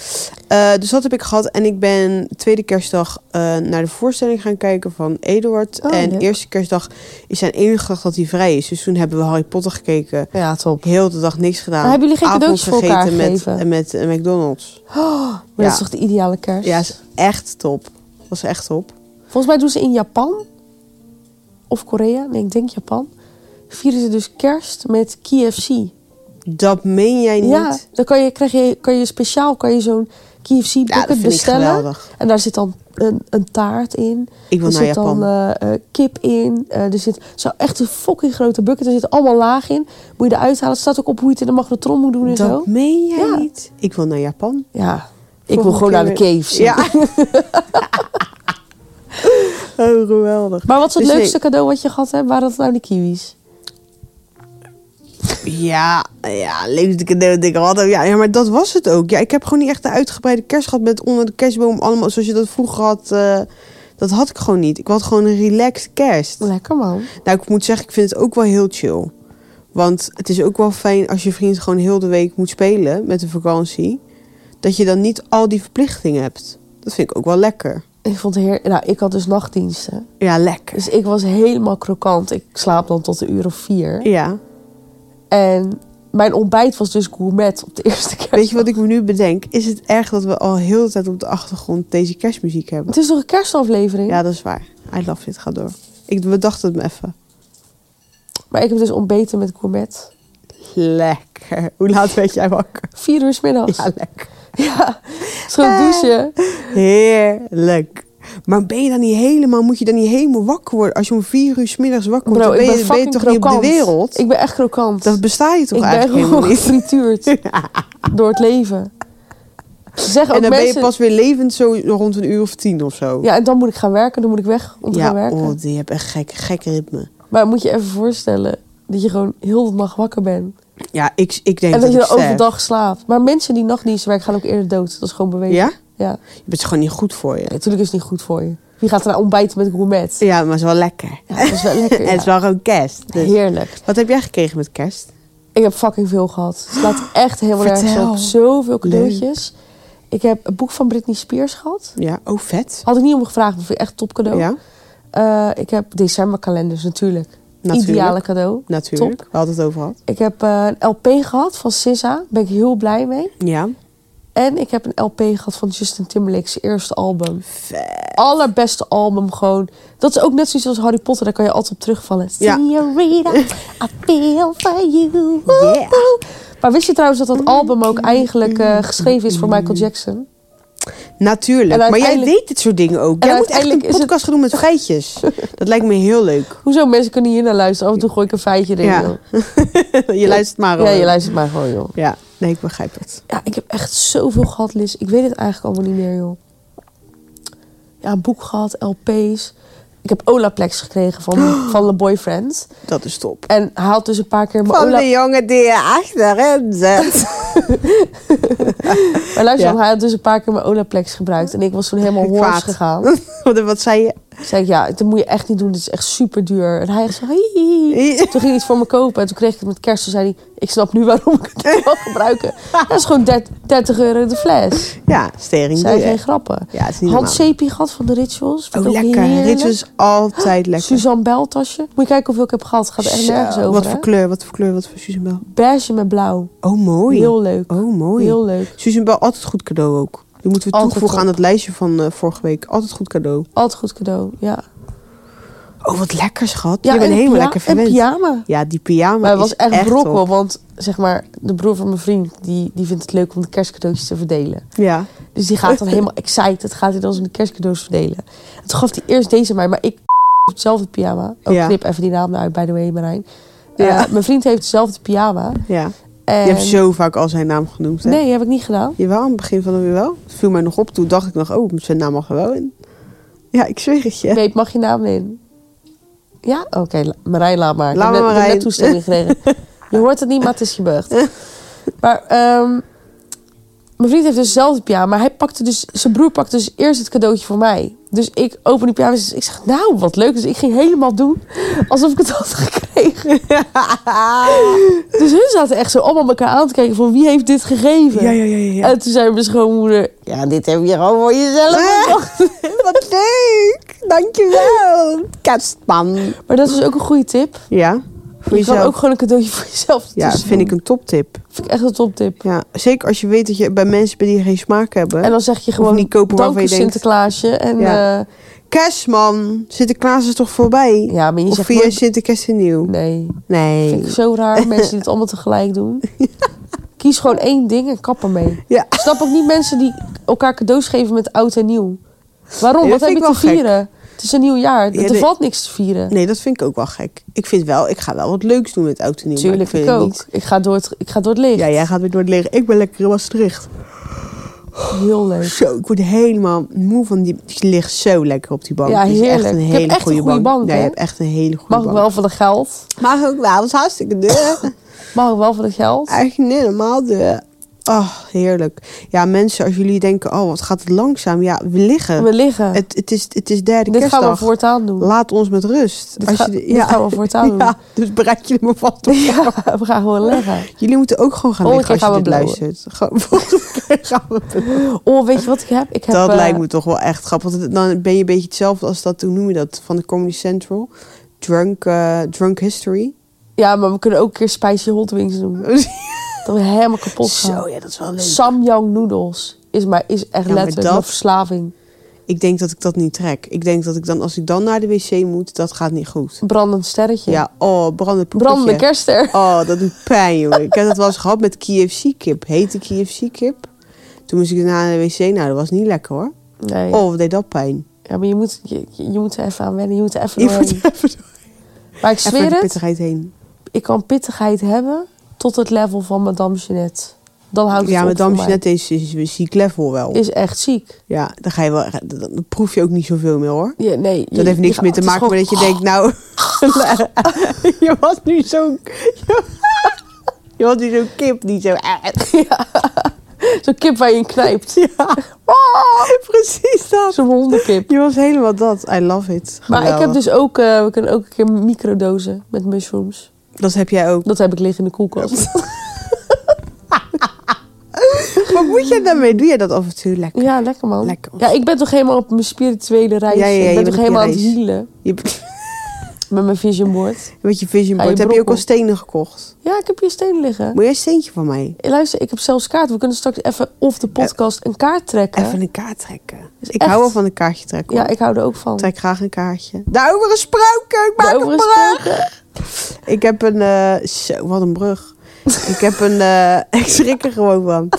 B: Eh, dus dat heb ik gehad. En ik ben tweede kerstdag eh, naar de voorstelling gaan kijken van Eduard.
A: Oh,
B: en
A: leuk.
B: eerste kerstdag is zijn enige dag dat hij vrij is. Dus toen hebben we Harry Potter gekeken.
A: Ja, top.
B: Heel de dag niks gedaan.
A: Maar hebben jullie geen
B: Avond
A: cadeautjes voor elkaar
B: gegeten met,
A: gegeven?
B: met eh, McDonald's.
A: Maar dat
B: Ja.
A: is toch de ideale kerst?
B: Ja, is echt top. Was echt top.
A: Volgens mij doen ze in Japan of Korea, nee, ik denk Japan, vieren ze dus kerst met KFC.
B: Dat meen jij niet?
A: Ja, dan kan je, krijg je, kan je speciaal kan je zo'n KFC
B: Ja,
A: bucket
B: dat vind ik
A: bestellen.
B: geweldig.
A: en daar zit dan een, een taart in.
B: Ik wil
A: er
B: naar
A: zit
B: Japan.
A: dan eh, eh, kip in. Eh, er zit zo echt een fucking grote bucket. Er zit allemaal laag in. Moet je eruit halen. Het staat ook op hoe je het in de magnetron moet doen en zo.
B: dat meen jij
A: Ja.
B: niet? Ik wil naar Japan.
A: Ja, ik wil
B: Volgende
A: gewoon naar de
B: keer weer-
A: KFC.
B: Ja. oh, geweldig.
A: Maar wat is het
B: Dus nee.
A: leukste cadeau wat je gehad hebt? Waren dat nou die kiwis?
B: Ja, ja, leukste cadeau dat ik al had. Ja, ja, maar dat was het ook. Ja, ik heb gewoon niet echt een uitgebreide kerst gehad met onder de kerstboom allemaal zoals je dat vroeger had. eh, dat had ik gewoon niet. Ik had gewoon een relaxed kerst.
A: Lekker man.
B: Nou, ik moet zeggen, ik vind het ook wel heel chill. Want het is ook wel fijn als je vriend gewoon heel de week moet spelen met de vakantie. Dat je dan niet al die verplichtingen hebt. Dat vind ik ook wel lekker.
A: Ik vond het heer... Nou, ik had dus nachtdiensten.
B: Ja, lekker.
A: Dus ik was helemaal krokant. Ik slaap dan tot een uur of vier.
B: Ja.
A: En mijn ontbijt was dus gourmet op de eerste kerst.
B: Weet je wat ik me nu bedenk? Is het erg dat we al heel de tijd op de achtergrond deze kerstmuziek hebben?
A: Het is toch een kerstaflevering?
B: Ja, dat is waar. I love it. Ga door. Ik bedacht het me even.
A: Maar ik heb dus ontbeten met gourmet.
B: Lekker. Hoe laat werd jij wakker?
A: Vier uur 's middags.
B: Ja, lekker. Eh.
A: Ja. Schoon douchen.
B: Heerlijk. Maar ben je dan niet helemaal, moet je dan niet helemaal wakker worden? Als je om vier uur 's middags wakker wordt,
A: Bro,
B: dan
A: ik
B: ben,
A: ben
B: je, ben je
A: fucking
B: toch
A: krokant.
B: niet op de wereld?
A: Ik ben echt krokant.
B: Dat besta je toch
A: ik ben
B: eigenlijk
A: gewoon
B: helemaal niet?
A: gefrituurd door het leven. Ze zeggen
B: En
A: ook
B: dan ben
A: mensen...
B: je pas weer levend zo rond een uur of tien of zo.
A: Ja, en dan moet ik gaan werken. Dan moet ik weg om te gaan
B: ja
A: werken.
B: oh, die hebt echt gek, gek ritme.
A: Maar moet je even voorstellen dat je gewoon heel de nacht wakker bent.
B: Ja, ik, ik denk
A: En dat je
B: ik
A: dan
B: sterf.
A: overdag slaapt. Maar mensen die nachtdienst werken gaan ook eerder dood. Dat is gewoon bewezen.
B: Ja?
A: Ja.
B: Je bent gewoon niet goed voor je.
A: Natuurlijk is het niet goed voor je. Wie gaat er nou ontbijten met gourmet?
B: Ja, maar het is wel lekker.
A: Ja, dat is wel lekker.
B: En
A: ja.
B: het is wel gewoon kerst. Dus.
A: Heerlijk.
B: Wat heb jij gekregen met kerst?
A: Ik heb fucking veel gehad. Het slaat echt helemaal nergens
B: Vertel.
A: op. Zoveel cadeautjes. Ik heb een boek van Britney Spears gehad.
B: Ja, oh vet.
A: Had ik niet om gevraagd, maar vind ik echt top cadeau.
B: Ja,
A: Eh, ik heb decemberkalenders natuurlijk.
B: Natuurlijk.
A: Ideale cadeau.
B: natuurlijk. We hadden het over gehad.
A: Ik heb eh, een LP gehad van SZA. Ben ik heel blij mee.
B: Ja.
A: En ik heb een LP gehad van Justin Timberlake's eerste album.
B: Vet.
A: Allerbeste album gewoon. Dat is ook net zoiets als Harry Potter. Daar kan je altijd op terugvallen.
B: Ja.
A: Senorita, I feel for you.
B: Yeah.
A: Maar wist je trouwens dat dat album ook eigenlijk eh, geschreven is voor Michael Jackson?
B: Natuurlijk.
A: En
B: Maar jij
A: uiteindelijk-
B: weet dit soort dingen ook.
A: En
B: Jij moet echt een
A: uiteindelijk is het-
B: podcast gaan doen met feitjes. Dat lijkt me heel leuk.
A: Hoezo? Mensen kunnen hier naar luisteren. Af en toe gooi ik een feitje erin.
B: Ja.
A: joh.
B: je luistert maar
A: Ja,
B: hoor.
A: je luistert maar gewoon, joh.
B: Ja, nee, ik begrijp het.
A: Ja, ik heb echt zoveel gehad, Liz. Ik weet het eigenlijk allemaal niet meer, joh. ja, een boek gehad, LP's. Ik heb Olaplex gekregen van, van mijn boyfriend.
B: Dat is top.
A: En hij had dus een paar keer mijn
B: Van
A: Ola...
B: de jongen die je achterin zet.
A: Maar luister,
B: Ja.
A: hij had dus een paar keer mijn Olaplex gebruikt. En ik was toen helemaal
B: Kwaad.
A: hoors gegaan.
B: Wat- Wat zei je?
A: Toen zei ik, ja, dat moet je echt niet doen. Dit is echt super duur. En hij echt zo, "Hoi, hoi, hoi." Toen ging hij iets voor me kopen. En toen kreeg ik het met kerst. Toen zei hij, ik snap nu waarom ik het niet mag gebruiken. Dat is gewoon 30 30 euro de fles.
B: Ja, stering. doe
A: Zijn
B: je.
A: geen grappen.
B: Ja, het is niet normaal.
A: Handzeepie gehad van de Rituals. Vind
B: Oh,
A: ik ook
B: lekker.
A: heerlijk.
B: Dit is altijd lekker.
A: Suzanne Bell tasje. Moet je kijken hoeveel ik heb gehad. Het gaat er echt
B: Zo,
A: nergens over.
B: Wat
A: hè?
B: voor kleur, wat voor kleur, wat voor Susan Bell?
A: Beige met blauw.
B: Oh, mooi.
A: Heel leuk.
B: Oh, mooi.
A: Heel leuk.
B: Susan Bell, altijd goed cadeau ook. Die moeten we
A: Altijd
B: toevoegen
A: top.
B: aan het lijstje van eh, vorige week. Altijd goed cadeau.
A: Altijd goed cadeau. Ja.
B: Oh, wat lekker, schat.
A: ja
B: je bent
A: en
B: helemaal
A: pya-
B: lekker
A: En
B: verwend.
A: pyjama.
B: Ja, die pyjama
A: Maar het was
B: is
A: echt, brokkel,
B: top.
A: want zeg maar, de broer van mijn vriend die, die vindt het leuk om de kerstcadeautjes te verdelen.
B: Ja.
A: Dus die gaat dan helemaal excited, gaat hij dan zijn kerstcadeaus verdelen. En toen gaf hij eerst deze aan mij, maar ik heb dezelfde pyjama. Ook
B: Ja.
A: knip even die naam eruit, by the way, Marijn. Eh,
B: Ja.
A: mijn vriend heeft dezelfde pyjama.
B: ja.
A: En...
B: Je hebt zo vaak al zijn naam genoemd, hè?
A: Nee, heb ik niet gedaan.
B: Jawel, aan het begin van de weer wel. Het viel mij nog op. Toen dacht ik nog, oh, zijn naam mag er wel in. Ja, ik zweer het je.
A: Weet, mag je naam in? Ja? Oké, la- Marijn, laat maar.
B: Laat
A: ik heb net- ik heb
B: maar, Marijn.
A: net toestemming gekregen. Je hoort het niet, maar het is gebeurd. Maar ehm, mijn vriend heeft dus zelf de pyjama. Maar hij pakte dus, zijn broer pakte dus eerst het cadeautje voor mij. Dus ik open die pyjama en ik zeg, nou, wat leuk. Dus ik ging helemaal doen alsof ik het had gekregen. Dus hun zaten echt zo allemaal elkaar aan te kijken van wie heeft dit gegeven.
B: ja, ja, ja.
A: En toen zei mijn schoonmoeder, ja, dit heb je gewoon voor jezelf.
B: Ah, wat leuk! Dankjewel! Kerstman.
A: Maar dat is ook een goede tip.
B: Ja, voor
A: je kan
B: jezelf.
A: ook gewoon een cadeautje voor jezelf
B: Ja,
A: ertussen
B: vind ik
A: doen.
B: een toptip.
A: Vind ik echt een toptip.
B: Ja, zeker als je weet dat je bij mensen bent die geen smaak hebben.
A: En dan zeg je gewoon
B: niet kopen waarvan
A: dank
B: je
A: u
B: denkt-
A: Sinterklaasje. En, eh,
B: Ja.
A: ja.
B: Kerstman, Sinterklaas is toch voorbij?
A: ja, maar je
B: of
A: zegt
B: via
A: nooit-
B: Sinterklaas en Nieuw?
A: Nee,
B: Nee.
A: vind ik zo raar. Mensen die het allemaal tegelijk doen. Kies gewoon één ding en kap ermee.
B: Ja.
A: Ik snap ook niet mensen die elkaar cadeaus geven met oud en nieuw. Waarom?
B: Nee,
A: Wat
B: dat
A: heb
B: vind
A: je
B: ik
A: te
B: wel gek.
A: vieren? Het is een nieuw jaar.
B: Ja,
A: er
B: nee.
A: valt niks te vieren.
B: Nee, dat vind ik ook wel gek. Ik vind wel, ik ga wel wat leuks doen met Oud en Nieuw. maar
A: Tuurlijk,
B: ik
A: ik
B: vind het
A: ook.
B: niet.
A: Ik ga, door het, ik ga door het licht.
B: Ja, jij gaat weer door het leger. Ik ben lekker in Maastricht.
A: Heel leuk.
B: Zo, ik word helemaal moe van die... Die ligt zo lekker op die bank.
A: Ja,
B: Die is
A: heerlijk.
B: echt een
A: Je
B: hele
A: hebt echt een
B: goede
A: goede bank,
B: ja, je
A: hè?
B: hebt echt een hele goede
A: Mag ik
B: bank.
A: wel van de geld?
B: Mag ook wel, dat is hartstikke duur.
A: Mag ik wel van de geld?
B: Eigenlijk niet normaal duur. Oh, heerlijk. Ja, mensen, als jullie denken, oh, wat gaat het langzaam. Ja, we liggen.
A: We liggen.
B: Het, het, is, het is derde
A: Dit gaan we
B: kerstdag.
A: voortaan doen.
B: Laat ons met rust.
A: Dit,
B: Als
A: ga-
B: je de-
A: dit gaan we voortaan doen.
B: ja, dus bereid je me vast op.
A: Ja, we gaan gewoon leggen.
B: Jullie moeten ook gewoon gaan
A: Volgende
B: liggen als
A: keer
B: je
A: gaan
B: dit
A: we
B: luistert. Gewoon, volgende keer gaan we blowen.
A: Oh, weet je wat ik heb? Ik heb
B: Dat
A: eh,
B: lijkt me toch wel echt grappig. Want dan ben je een beetje hetzelfde als dat, hoe noem je dat, van de Comedy Central. Drunk, eh, drunk History.
A: Ja, maar we kunnen ook een keer spicy hot wings doen. Dat we helemaal kapot gaan.
B: Zo, ja, dat is wel leuk.
A: Samyang noedels is, maar, is echt
B: maar
A: letterlijk
B: dat-
A: een verslaving.
B: Ik denk dat ik dat niet trek. Ik denk dat ik dan, als ik dan naar de wc moet, dat gaat niet goed.
A: Brandend sterretje.
B: Ja, oh, brandend poepertje.
A: Brandende kerster.
B: Oh, dat doet pijn, jongen. Ik heb dat wel eens gehad met KFC-kip. Hete KFC-kip. Toen moest ik naar de wc. Nou, dat was niet lekker, hoor.
A: Nee.
B: Oh, wat deed dat pijn.
A: Ja, maar je moet, je, je moet er even aan wennen. Je moet er even
B: Je moet
A: doorheen.
B: even door-
A: Maar ik
B: even door
A: Ehm, zweer
B: de
A: het, Oh,
B: pittigheid heen.
A: ik kan pittigheid hebben tot het level van Madame Jeanette. Dan houdt het
B: Ja,
A: op
B: met
A: voor mij.
B: Damsje net is, is een ziek level wel.
A: is echt ziek.
B: Ja, dan, ga je wel, echt- dan, dan proef je ook niet zoveel meer, hoor.
A: Ja, nee, je-
B: Dat heeft
A: je
B: niks
A: gaat-
B: meer te
A: het is
B: maken
A: gewoon- Oh.
B: met dat je denkt, nou... je was nu zo'n... je was nu zo'n kip die zo... eh,
A: Zo'n kip waar je in knijpt. Oh,
B: Ja. oh, Precies dat.
A: Zo'n hondenkip.
B: Je was helemaal dat. I love it.
A: Maar ik heb
B: Geweldig.
A: dus ook, eh, we kunnen ook een keer microdozen met mushrooms.
B: Dat heb jij ook.
A: Dat heb ik liggen in de koelkast.
B: Wat moet je daarmee? Doe jij dat af en toe lekker?
A: Ja, lekker man.
B: Lekker.
A: Ja, ik ben toch helemaal op mijn spirituele reis.
B: Ja, ja,
A: ik
B: ja, je
A: ben
B: bent
A: toch
B: op je
A: helemaal aan het
B: reis.
A: healen
B: Je hebt-
A: met mijn vision board.
B: Met je vision
A: Ga je
B: board. heb je ook
A: brokkel.
B: al stenen gekocht?
A: Ja, ik heb hier stenen liggen.
B: Moet jij een steentje van mij?
A: Eh, Luister, ik heb zelfs kaarten. We kunnen straks even of de podcast een kaart trekken.
B: Even een kaart trekken. Dus ik
A: echt-
B: hou wel van een kaartje trekken.
A: Ja,
B: hoor.
A: ik hou er ook van.
B: Trek graag een kaartje. Daarover gesproken. Ik maak
A: Daarover
B: een brug.
A: gesproken.
B: Ik heb een... eh, Zo, wat een brug. Ik heb een... eh, ik schrik er gewoon van.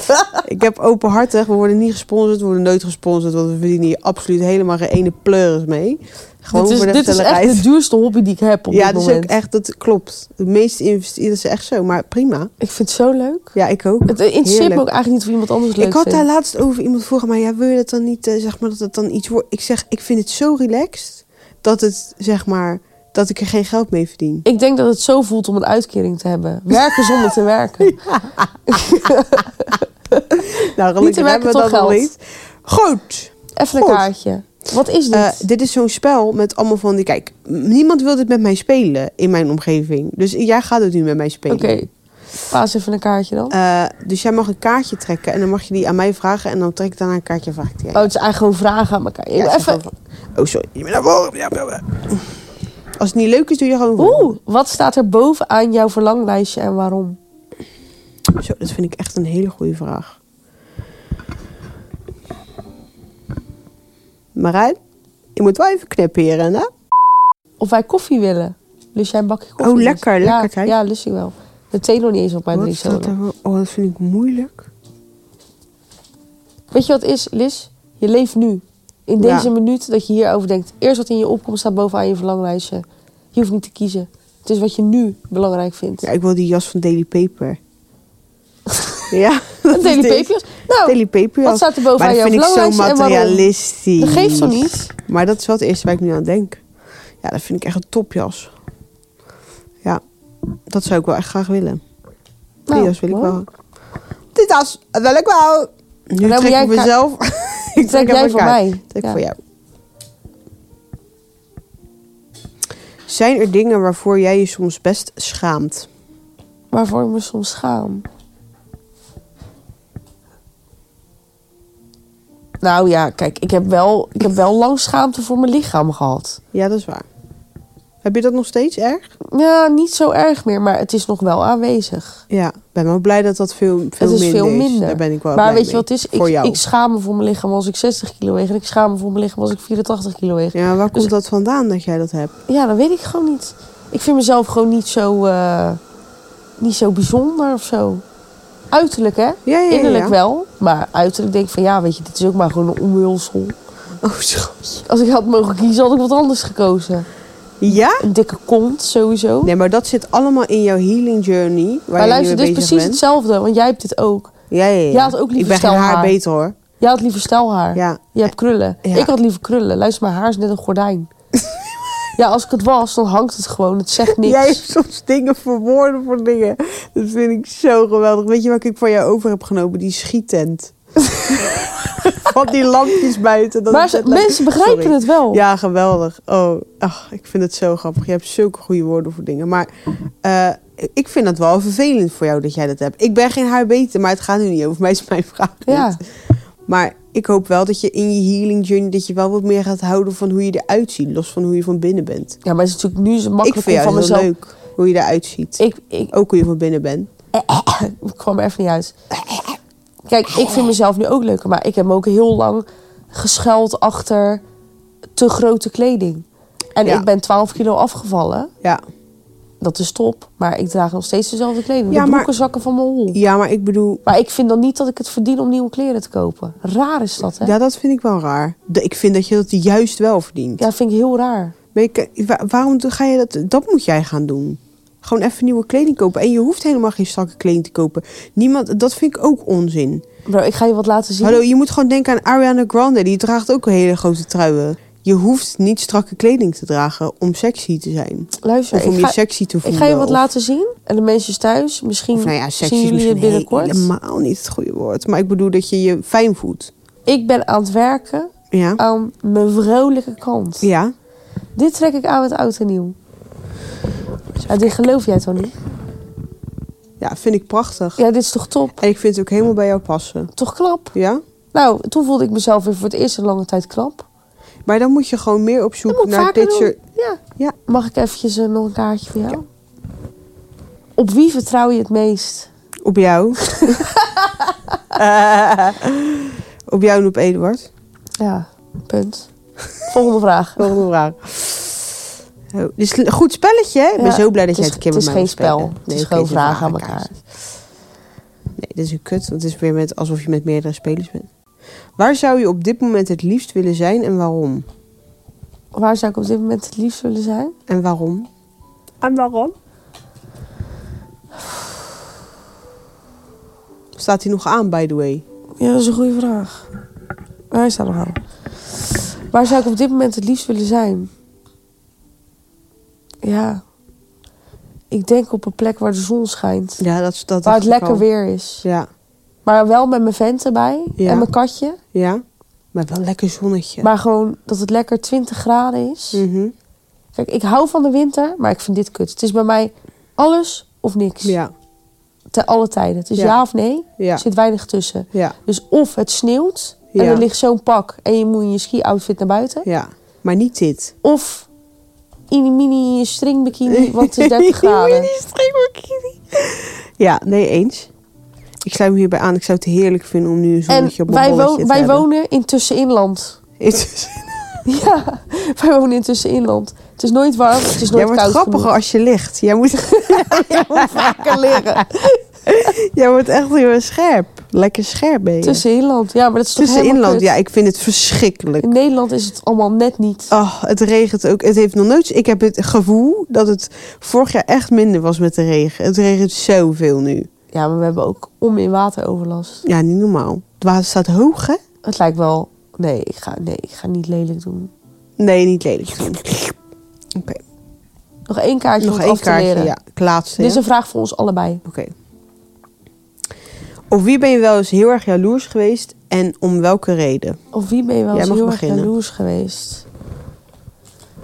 B: Ik heb openhartig. We worden niet gesponsord. We worden nooit gesponsord. Want we verdienen hier absoluut helemaal geen ene pleuris mee. Gewoon
A: dit
B: voor
A: is,
B: de
A: dit is echt
B: gezelligheid.
A: de duurste hobby die ik heb op
B: Ja,
A: dit
B: dat is
A: moment.
B: ook echt... Dat klopt. Het meeste investeren is echt zo. Maar prima.
A: Ik vind het zo leuk.
B: Ja, ik ook.
A: Het interesseert me
B: Heerlijk.
A: ook eigenlijk niet of iemand anders het leuk
B: Ik had
A: vindt.
B: daar laatst over iemand vroeg maar ja, wil je dat dan niet, eh, zeg maar, dat het dan iets wordt? Ik zeg, ik vind het zo relaxed dat het, zeg maar, dat ik er geen geld mee verdien.
A: Ik denk dat het zo voelt om een uitkering te hebben. Werken zonder te werken.
B: Nou,
A: Niet te werken, toch
B: al
A: geld.
B: Goed.
A: Even een
B: Goed.
A: kaartje. Wat is dit?
B: Eh, dit is zo'n spel met allemaal van die, kijk, m- niemand wil dit met mij spelen in mijn omgeving. Dus jij gaat het nu met mij spelen.
A: Oké, paas even een kaartje dan.
B: Eh, dus jij mag een kaartje trekken en dan mag je die aan mij vragen en dan trek ik daarna een kaartje en vraag ik die aan
A: oh, het is eigenlijk gewoon vragen aan elkaar.
B: jou. Ja, zeg
A: even...
B: gewoon van- Oh, sorry. Je bent naar voren. Ja, ja, ja. Als het niet leuk is, doe je gewoon voor.
A: Oeh, wat staat er bovenaan jouw verlanglijstje en waarom?
B: Zo, dat vind ik echt een hele goede vraag. Marijn, je moet wel even knipperen, hè?
A: Of wij koffie willen. Lust jij een bakje koffie?
B: Oh, lekker,
A: Ja,
B: lekker, kijk.
A: Ja, lust ik wel. De thee nog niet eens op mijn
B: Wat staat
A: drinkzolder.
B: er wel- Oh, dat vind ik moeilijk.
A: Weet je wat het is, Lis? Je leeft nu. In
B: Ja.
A: deze minuut dat je hierover denkt. Eerst wat in je opkomt staat bovenaan je verlanglijstje. Je hoeft niet te kiezen. Het is wat je nu belangrijk vindt.
B: Ja, ik wil die jas van Daily Paper. ja.
A: Een Daily Papers? Nou,
B: Daily Paper
A: wat
B: jas.
A: staat er bovenaan
B: Maar dat
A: jouw
B: vind ik zo
A: verlanglijstje en waarom?
B: materialistisch.
A: Dat geeft zo niet.
B: Maar dat is wel het eerste waar ik nu aan denk. Ja, dat vind ik echt een topjas. Ja, dat zou ik wel echt graag willen. Die
A: Nou,
B: jas wil ik
A: mooi.
B: wel. Dit jas wil ik wel. Nu
A: moet
B: trek
A: jij
B: ik
A: een ka-
B: mezelf. ik
A: Trek
B: even
A: jij
B: een
A: voor
B: kaart.
A: mij.
B: Trek
A: Ja.
B: voor jou. Zijn er dingen waarvoor jij je soms best schaamt?
A: Waarvoor ik me soms schaam. Nou ja, kijk, ik heb wel, ik heb wel lang schaamte voor mijn lichaam gehad.
B: Ja, dat is waar. Heb je dat nog steeds erg?
A: Ja, niet zo erg meer, maar het is nog wel aanwezig.
B: Ja, ik ben wel blij dat dat veel, veel
A: het is
B: minder
A: veel
B: is.
A: minder.
B: Daar ben ik wel
A: maar
B: blij
A: weet je
B: mee.
A: wat het is?
B: Voor
A: Ik,
B: jou.
A: ik schaam me voor mijn lichaam als ik 60 kilo weeg. En ik schaam me voor mijn lichaam als ik 84 kilo weeg.
B: Ja, waar komt dat vandaan dat jij dat hebt?
A: Ja, dat weet ik gewoon niet. Ik vind mezelf gewoon niet zo, eh, niet zo bijzonder of zo. Uiterlijk, hè?
B: Ja, ja, ja,
A: Innerlijk
B: ja.
A: wel, maar uiterlijk denk ik van ja, weet je, dit is ook maar gewoon een omhulsel.
B: Oh, schat.
A: Als ik had mogen kiezen, had ik wat anders gekozen.
B: Ja?
A: Een dikke kont sowieso.
B: Nee, maar dat zit allemaal in jouw healing journey. Waar
A: maar
B: je
A: luister,
B: nu
A: dit
B: mee
A: is
B: bezig
A: precies
B: bent.
A: hetzelfde, want jij hebt dit ook.
B: Ja, ja, ja.
A: Jij had ook
B: Ik
A: liever
B: ben geen haar
A: stijlhaar.
B: beter hoor.
A: Jij had liever stijlhaar.
B: Ja.
A: Je hebt krullen.
B: Ja.
A: Ik had liever krullen. Luister, mijn haar is net een gordijn. ja, als ik het was, dan hangt het gewoon. Het zegt niks.
B: Jij hebt soms dingen verwoorden voor dingen. Dat vind ik zo geweldig. Weet je wat ik voor jou over heb genomen? Die schietent. Van die lampjes buiten. Dat
A: maar
B: is
A: ze-
B: net leuk.
A: mensen begrijpen
B: Sorry.
A: het wel.
B: Ja, geweldig. Oh, ach, ik vind het zo grappig. Je hebt zulke goede woorden voor dingen. Maar eh, ik vind dat wel vervelend voor jou dat jij dat hebt. Ik ben geen haar beter, maar het gaat nu niet over mij. is mijn vraag. niet.
A: Ja.
B: Maar ik hoop wel dat je in je healing journey... dat je wel wat meer gaat houden van hoe je eruit ziet. Los van hoe je van binnen bent.
A: Ja, maar het is natuurlijk nu zo
B: Ik
A: makkelijk
B: vind
A: om
B: jou
A: van
B: heel
A: mezelf.
B: leuk hoe je eruit ziet.
A: Ik, ik,
B: Ook hoe je van binnen bent.
A: ik kwam er even niet uit. Kijk, ik vind mezelf nu ook leuker, maar ik heb me ook heel lang geschuild achter te grote kleding. En
B: Ja.
A: ik ben 12 kilo afgevallen.
B: Ja.
A: Dat is top, maar ik draag nog steeds dezelfde kleding.
B: Ja,
A: de
B: maar-
A: broeken zakken van mijn hol.
B: ja, maar ik bedoel...
A: Maar ik vind dan niet dat ik het verdien om nieuwe kleren te kopen. Raar is dat, hè? Ja,
B: Ja, dat vind ik wel raar. De- Ik vind dat je dat juist wel verdient.
A: dat vind ik heel raar.
B: Maar ik- wa- waarom doe- ga je dat? Dat moet jij gaan doen. Gewoon even nieuwe kleding kopen. En je hoeft helemaal geen strakke kleding te kopen. Niemand, dat vind ik ook onzin.
A: Bro, ik ga je wat laten zien.
B: Hallo, je moet gewoon denken aan Ariana Grande. Die draagt ook hele grote truien. Je hoeft niet strakke kleding te dragen om sexy te zijn.
A: Luister,
B: Of om
A: ik
B: je
A: ga,
B: sexy te
A: ik
B: voelen.
A: ga je wat
B: of-
A: laten zien. En de mensen thuis, misschien
B: Of nou ja, sexy
A: zien
B: is
A: jullie
B: misschien
A: het binnenkort.
B: helemaal niet het goede woord. Maar ik bedoel dat je je fijn voelt.
A: Ik ben aan het werken
B: Ja.
A: aan mijn vrolijke kant.
B: Oh. Ja.
A: Dit trek ik aan met oud en nieuw. Ja, dit geloof jij toch niet?
B: Ja, vind ik prachtig.
A: Ja, dit is toch top?
B: En ik vind het ook helemaal bij jou passen.
A: Toch knap?
B: Ja?
A: Nou, toen voelde ik mezelf weer voor het eerst in lange tijd knap.
B: Maar dan moet je gewoon meer op
A: Dat
B: zoek
A: moet ik
B: naar
A: vaker
B: dit
A: doen.
B: soort...
A: Ja.
B: Ja.
A: Mag ik eventjes eh, nog een kaartje voor jou? Op wie vertrouw je het meest?
B: Op jou. Eh, op jou en op Eduard.
A: Ja, punt. Volgende vraag.
B: Volgende vraag. Oh, dit is een goed spelletje, hè? Ik ben
A: Ja,
B: zo blij
A: het
B: dat jij
A: is-
B: het een keer
A: het
B: met
A: is
B: mij
A: geen
B: wil spelen.
A: spel. Het is
B: oké,
A: gewoon
B: het is
A: vragen aan
B: vragenkaart. dit is een kut, want het is weer met, alsof je met meerdere spelers bent. Waar zou je op dit moment het liefst willen zijn en waarom?
A: Waar zou ik op dit moment het liefst willen zijn?
B: En waarom?
A: En waarom?
B: Staat hij nog aan, by the way?
A: Ja, dat is een goede vraag. Hij staat nog aan. Waar zou ik op dit moment het liefst willen zijn? Ja. Ik denk op een plek waar de zon schijnt.
B: Ja, dat, dat
A: waar het
B: dacht ik
A: lekker
B: al.
A: weer is.
B: Ja,
A: Maar wel met mijn vent erbij
B: Ja.
A: en mijn katje.
B: ja. Maar wel lekker zonnetje.
A: Maar gewoon dat het lekker 20 graden is.
B: Mhm.
A: Kijk, ik hou van de winter, maar ik vind dit kut. Het is bij mij alles of niks.
B: Ja,
A: Te alle tijden. Het is
B: Ja.
A: ja, of nee.
B: ja,
A: Er zit weinig tussen.
B: ja,
A: Dus of het sneeuwt en
B: Ja.
A: er ligt zo'n pak en je moet in je ski-outfit naar buiten.
B: ja. Maar niet dit.
A: Of in een mini stringbikini, want het is 30 graden.
B: Mini stringbikini. Ja, nee, eens. Ik sluit me hierbij aan. Ik zou het heerlijk vinden om nu een
A: En
B: zonnetje op mijn
A: wij,
B: bolletje
A: wo-
B: te
A: wij
B: hebben.
A: wonen in tusseninland. Ja, wij wonen in tusseninland. Het is nooit warm, het is nooit
B: Jij wordt
A: koud
B: grappiger
A: genoeg.
B: als je ligt. Jij moet,
A: Jij moet vaker leren.
B: jij wordt echt weer scherp. Lekker scherp ben je.
A: Tusseninland, ja, maar dat is toch
B: Tussen
A: helemaal
B: inland.
A: kut?
B: Ja, ik vind het verschrikkelijk.
A: In Nederland is het allemaal net niet.
B: Oh, het regent ook. Het heeft nog nooit. Ik heb het gevoel dat het vorig jaar echt minder was met de regen. Het regent zoveel nu.
A: Ja, maar we hebben ook om in wateroverlast.
B: Ja, niet normaal. Het water staat hoog, hè?
A: Het lijkt wel... Nee, ik ga, nee, ik ga niet lelijk doen.
B: Nee, niet lelijk. doen. Oké,
A: Nog één kaartje
B: nog
A: om
B: één
A: af te
B: kaartje.
A: leren.
B: Ja, ik laatste.
A: Dit is
B: ja.
A: een vraag voor ons allebei.
B: Oké. Of wie ben je wel eens heel erg jaloers geweest en om welke reden?
A: Of wie ben je wel
B: Jij
A: eens
B: mag
A: heel
B: beginnen.
A: erg jaloers geweest?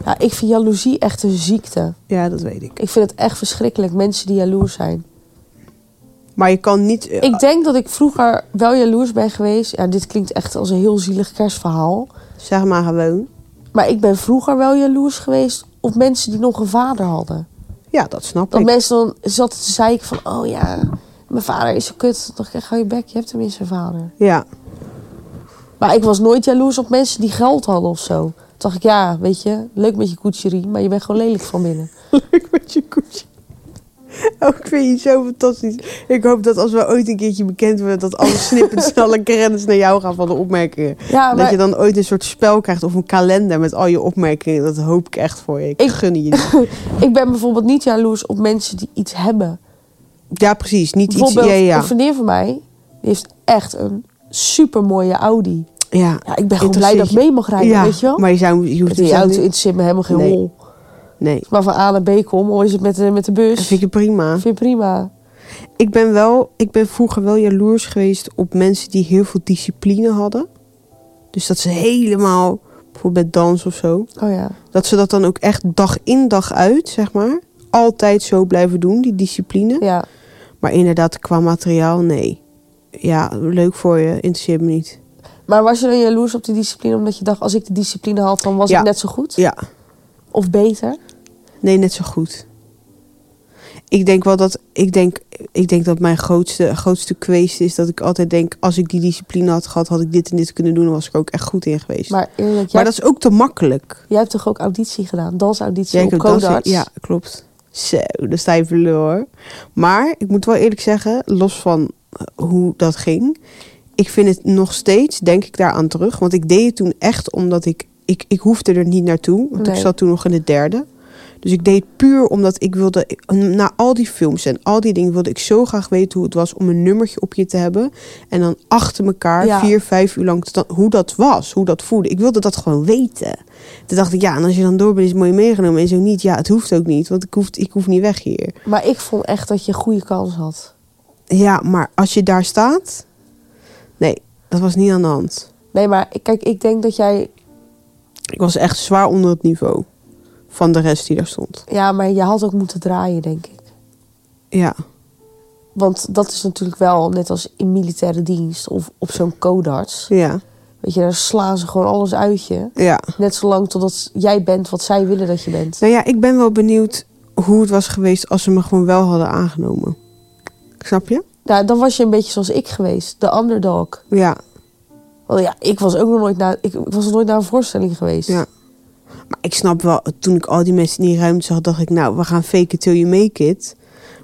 A: Ja, ik vind jaloezie echt een ziekte.
B: Ja, dat weet ik.
A: Ik vind het echt verschrikkelijk, mensen die jaloers zijn.
B: Maar je kan niet. eh,
A: Ik denk dat ik vroeger wel jaloers ben geweest. Ja, dit klinkt echt als een heel zielig kerstverhaal.
B: Zeg maar gewoon.
A: Maar ik ben vroeger wel jaloers geweest op mensen die nog een vader hadden.
B: Ja, dat snap
A: Dat
B: ik.
A: mensen dan zaten te zeiken van... Oh ja, mijn vader is zo kut. Dan dacht ik, echt, hou je bek, je hebt tenminste een vader.
B: Ja,
A: Maar ik was nooit jaloers op mensen die geld hadden of zo. Toen dacht ik, ja, weet je, leuk met je koetserie, maar je bent gewoon lelijk van binnen.
B: leuk met je koetje. Oh, ik vind je zo fantastisch. Ik hoop dat als we ooit een keertje bekend worden, dat alle snippets en alle credits naar jou gaan van de opmerkingen.
A: Ja,
B: Dat
A: maar
B: je dan ooit een soort spel krijgt of een kalender met al je opmerkingen. Dat hoop ik echt voor je. Ik,
A: Ik-
B: gun je niet.
A: ik ben bijvoorbeeld niet jaloers op mensen die iets hebben.
B: Ja, precies. Niet iets. Ja,
A: Bijvoorbeeld,
B: ja.
A: een vriendin van mij, die heeft echt een supermooie Audi.
B: ja.
A: Ja, ik ben gewoon blij dat ik
B: Interesseert
A: mee mag rijden,
B: ja,
A: weet je wel?
B: Maar je, zou, je hoeft
A: die
B: zou
A: auto
B: niet-
A: interesseert me helemaal geen
B: Nee.
A: hol.
B: Nee,
A: Maar van A naar B kom, hoe is het met de, met de
B: dat
A: bus?
B: vind ik prima.
A: Vind je prima.
B: Ik ben, wel, ik ben vroeger wel jaloers geweest op mensen die heel veel discipline hadden. Dus dat ze helemaal, bijvoorbeeld bij dans of zo,
A: Oh ja.
B: dat ze dat dan ook echt dag in dag uit, zeg maar, altijd zo blijven doen, die discipline.
A: Ja.
B: Maar inderdaad, qua materiaal, nee. Ja, leuk voor je, interesseert me niet.
A: Maar was je dan jaloers op die discipline omdat je dacht, als ik de discipline had, dan was
B: Ja.
A: ik net zo goed?
B: Ja,
A: Of beter?
B: nee, net zo goed. Ik denk wel dat, ik denk, ik denk dat mijn grootste, grootste kwestie is dat ik altijd denk, als ik die discipline had gehad, had ik dit en dit kunnen doen, dan was ik er ook echt goed in geweest.
A: Maar eerlijk, jij,
B: Maar dat is ook te makkelijk.
A: jij hebt toch ook auditie gedaan? Dansauditie op
B: ik heb dansen-
A: Codarts?
B: Ja, klopt. Zo, de stijve lul hoor. Maar ik moet wel eerlijk zeggen, los van eh, hoe dat ging, ik vind het nog steeds, denk ik daaraan terug. Want ik deed het toen echt omdat ik, ik, ik hoefde er niet naartoe. Want ik
A: Nee.
B: zat toen nog in het derde. Dus ik deed het puur omdat ik wilde, ik- na al die films en al die dingen, wilde ik zo graag weten hoe het was om een nummertje op je te hebben. En dan achter elkaar,
A: Ja.
B: vier, vijf uur lang, te dan- hoe dat was, hoe dat voelde. Ik wilde dat gewoon weten. Toen dacht ik, ja, en als je dan door bent, is het mooi meegenomen. En zo niet, ja, het hoeft ook niet, want ik hoef, ik hoef niet weg hier.
A: Maar ik vond echt dat je een goede kans had.
B: Ja, maar als je daar staat, nee, dat was niet aan de hand.
A: Nee, maar ik- kijk, ik denk dat jij...
B: Ik was echt zwaar onder het niveau van de rest die daar stond.
A: Ja, maar je had ook moeten draaien, denk ik.
B: Ja,
A: Want dat is natuurlijk wel net als in militaire dienst of op zo'n codarts.
B: ja,
A: Weet je, daar slaan ze gewoon alles uit je.
B: ja.
A: Net zolang totdat jij bent wat zij willen dat je bent.
B: Nou ja, ik ben wel benieuwd hoe het was geweest als ze me gewoon wel hadden aangenomen. Snap je?
A: Nou, dan was je een beetje zoals ik geweest, de underdog.
B: Ja,
A: Want ja, ik was ook nog nooit naar, ik, ik was nog nooit naar een voorstelling geweest.
B: Ja. maar ik snap wel, toen ik al die mensen in die ruimte zag, dacht ik, nou, we gaan fake it till you make it.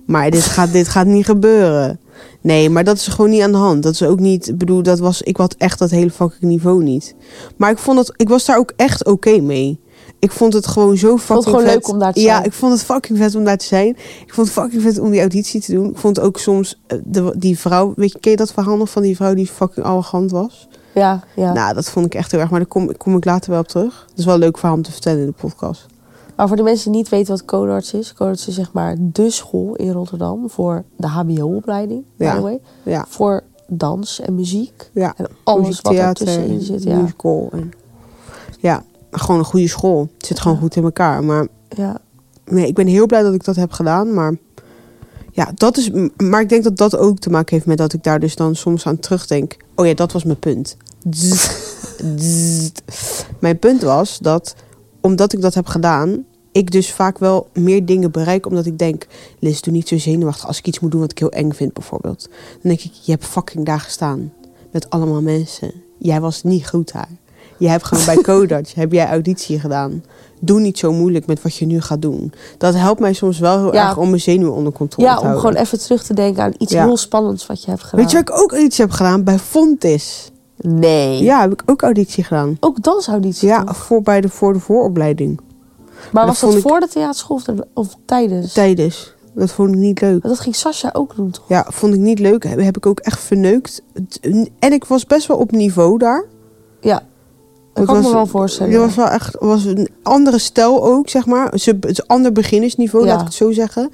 B: Maar dit gaat, dit gaat niet gebeuren. Nee, maar dat is gewoon niet aan de hand. Dat is ook niet, ik bedoel, dat was, ik had echt dat hele fucking niveau niet. Maar ik vond dat, ik was daar ook echt oké mee. Ik vond het gewoon zo fucking
A: vond het gewoon
B: vet.
A: leuk om daar te
B: ja,
A: zijn.
B: ik vond het fucking vet om daar te zijn. Ik vond het fucking vet om die auditie te doen. Ik vond ook soms eh, de, die vrouw, weet je, ken je dat verhaal nog van die vrouw die fucking arrogant was?
A: Ja, ja.
B: Nou, dat vond ik echt heel erg, maar daar kom, kom ik later wel op terug. Dat is wel een leuk verhaal om te vertellen in de podcast.
A: Maar voor de mensen die niet weten wat Codarts is. Codarts is zeg maar de school in Rotterdam voor de hbo-opleiding.
B: Ja.
A: By the way.
B: Ja,
A: Voor dans en muziek.
B: ja.
A: En alles wat er
B: Muziektheater
A: tussenin
B: en
A: zit. Ja.
B: musical en ja, gewoon een goede school. Het zit gewoon goed in elkaar. Maar
A: ja.
B: nee, ik ben heel blij dat ik dat heb gedaan. Maar ja, dat is. m- Maar ik denk dat dat ook te maken heeft met dat ik daar dus dan soms aan terugdenk. Oh ja, dat was mijn punt. Zzzt, zzzt. Mijn punt was dat omdat ik dat heb gedaan, ik dus vaak wel meer dingen bereik. Omdat ik denk, Liz, doe niet zo zenuwachtig als ik iets moet doen wat ik heel eng vind, bijvoorbeeld. Dan denk ik, je hebt fucking daar gestaan. Met allemaal mensen. Jij was niet goed daar. Je hebt gewoon bij Kodarts, heb jij auditie gedaan. Doe niet zo moeilijk met wat je nu gaat doen. Dat helpt mij soms wel heel
A: Ja.
B: erg om mijn zenuwen onder controle
A: ja,
B: te
A: om
B: houden.
A: gewoon even terug te denken aan iets
B: Ja.
A: heel spannends wat je hebt gedaan.
B: Weet je wat ik ook auditie heb gedaan? Bij Fontis.
A: Nee.
B: Ja, heb ik ook auditie gedaan.
A: Ook dansauditie.
B: Ja,
A: toch?
B: voor, bij de, voor de vooropleiding.
A: Maar
B: dat
A: was
B: vond
A: dat
B: ik-
A: voor de theaterschool of, er- of tijdens?
B: Tijdens. Dat vond ik niet leuk.
A: Want dat ging Sasha ook doen, toch?
B: Ja, vond ik niet leuk. Heb, heb ik ook echt verneukt. Het- En ik was best wel op niveau daar.
A: Ja. Dat
B: Het
A: kan ik me
B: was-
A: wel voorstellen.
B: Het was wel echt was een andere stijl ook, zeg maar. Ze, het is een ander beginnersniveau,
A: Ja.
B: laat ik het zo zeggen.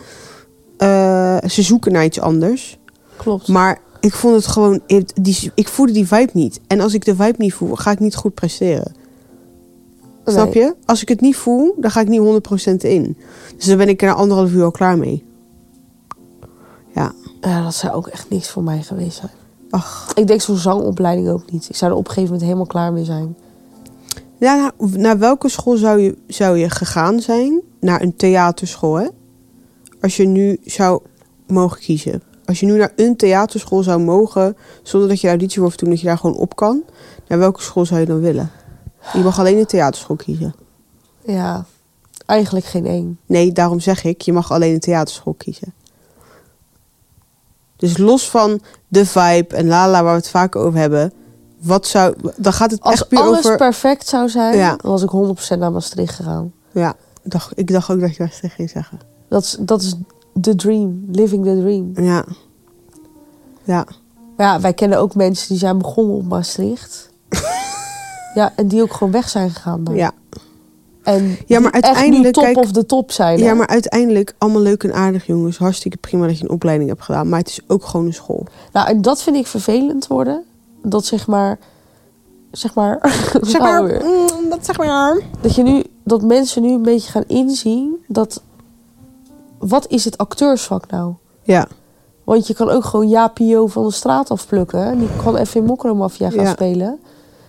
B: Eh, ze zoeken naar iets anders.
A: Klopt.
B: Maar ik vond het gewoon... Ik, die, ik voelde die vibe niet. En als ik de vibe niet voel, ga ik niet goed presteren.
A: Nee.
B: Snap je? Als ik het niet voel, dan ga ik niet 100% in. Dus dan ben ik er na anderhalf uur al klaar mee. Ja.
A: Ja, dat zou ook echt niks voor mij geweest zijn.
B: Ach.
A: Ik denk zo'n zangopleiding ook niet. Ik zou er op een gegeven moment helemaal klaar mee zijn.
B: Ja, nou, naar welke school zou je, zou je gegaan zijn? Naar een theaterschool, hè? Als je nu zou mogen kiezen. Als je nu naar een theaterschool zou mogen, zonder dat je de auditie hoeft te doen, dat je daar gewoon op kan. Naar welke school zou je dan willen? Je mag alleen een theaterschool kiezen.
A: Ja, eigenlijk geen één.
B: Nee, daarom zeg ik, je mag alleen een theaterschool kiezen. Dus los van de vibe en lala waar we het vaak over hebben, wat zou, dan gaat het
A: Als
B: echt puur
A: alles
B: over.
A: perfect zou zijn,
B: Ja.
A: dan was ik 100% naar Maastricht gegaan.
B: Ja, ik dacht, ik dacht ook dat je dat ging zeggen.
A: Dat is, dat is the dream, living the dream.
B: Ja. Ja.
A: Maar ja, wij kennen ook mensen die zijn begonnen op Maastricht. ja, en die ook gewoon weg zijn gegaan daar.
B: Ja.
A: En die
B: maar
A: echt nu
B: uiteindelijk,
A: top
B: kijk-
A: of de top zijn. hè?
B: ja, maar uiteindelijk allemaal leuk en aardig jongens. Hartstikke prima dat je een opleiding hebt gedaan. Maar het is ook gewoon een school.
A: Nou, en dat vind ik vervelend worden. Dat zeg maar... Zeg maar...
B: Zeg maar,
A: Nou weer.
B: mm, dat zeg maar.
A: Dat, je nu, dat mensen nu een beetje gaan inzien dat... Wat is het acteursvak nou?
B: Ja,
A: Want je kan ook gewoon Japio van de straat afplukken. En Die kan even in Mokromafia gaan
B: Ja.
A: spelen.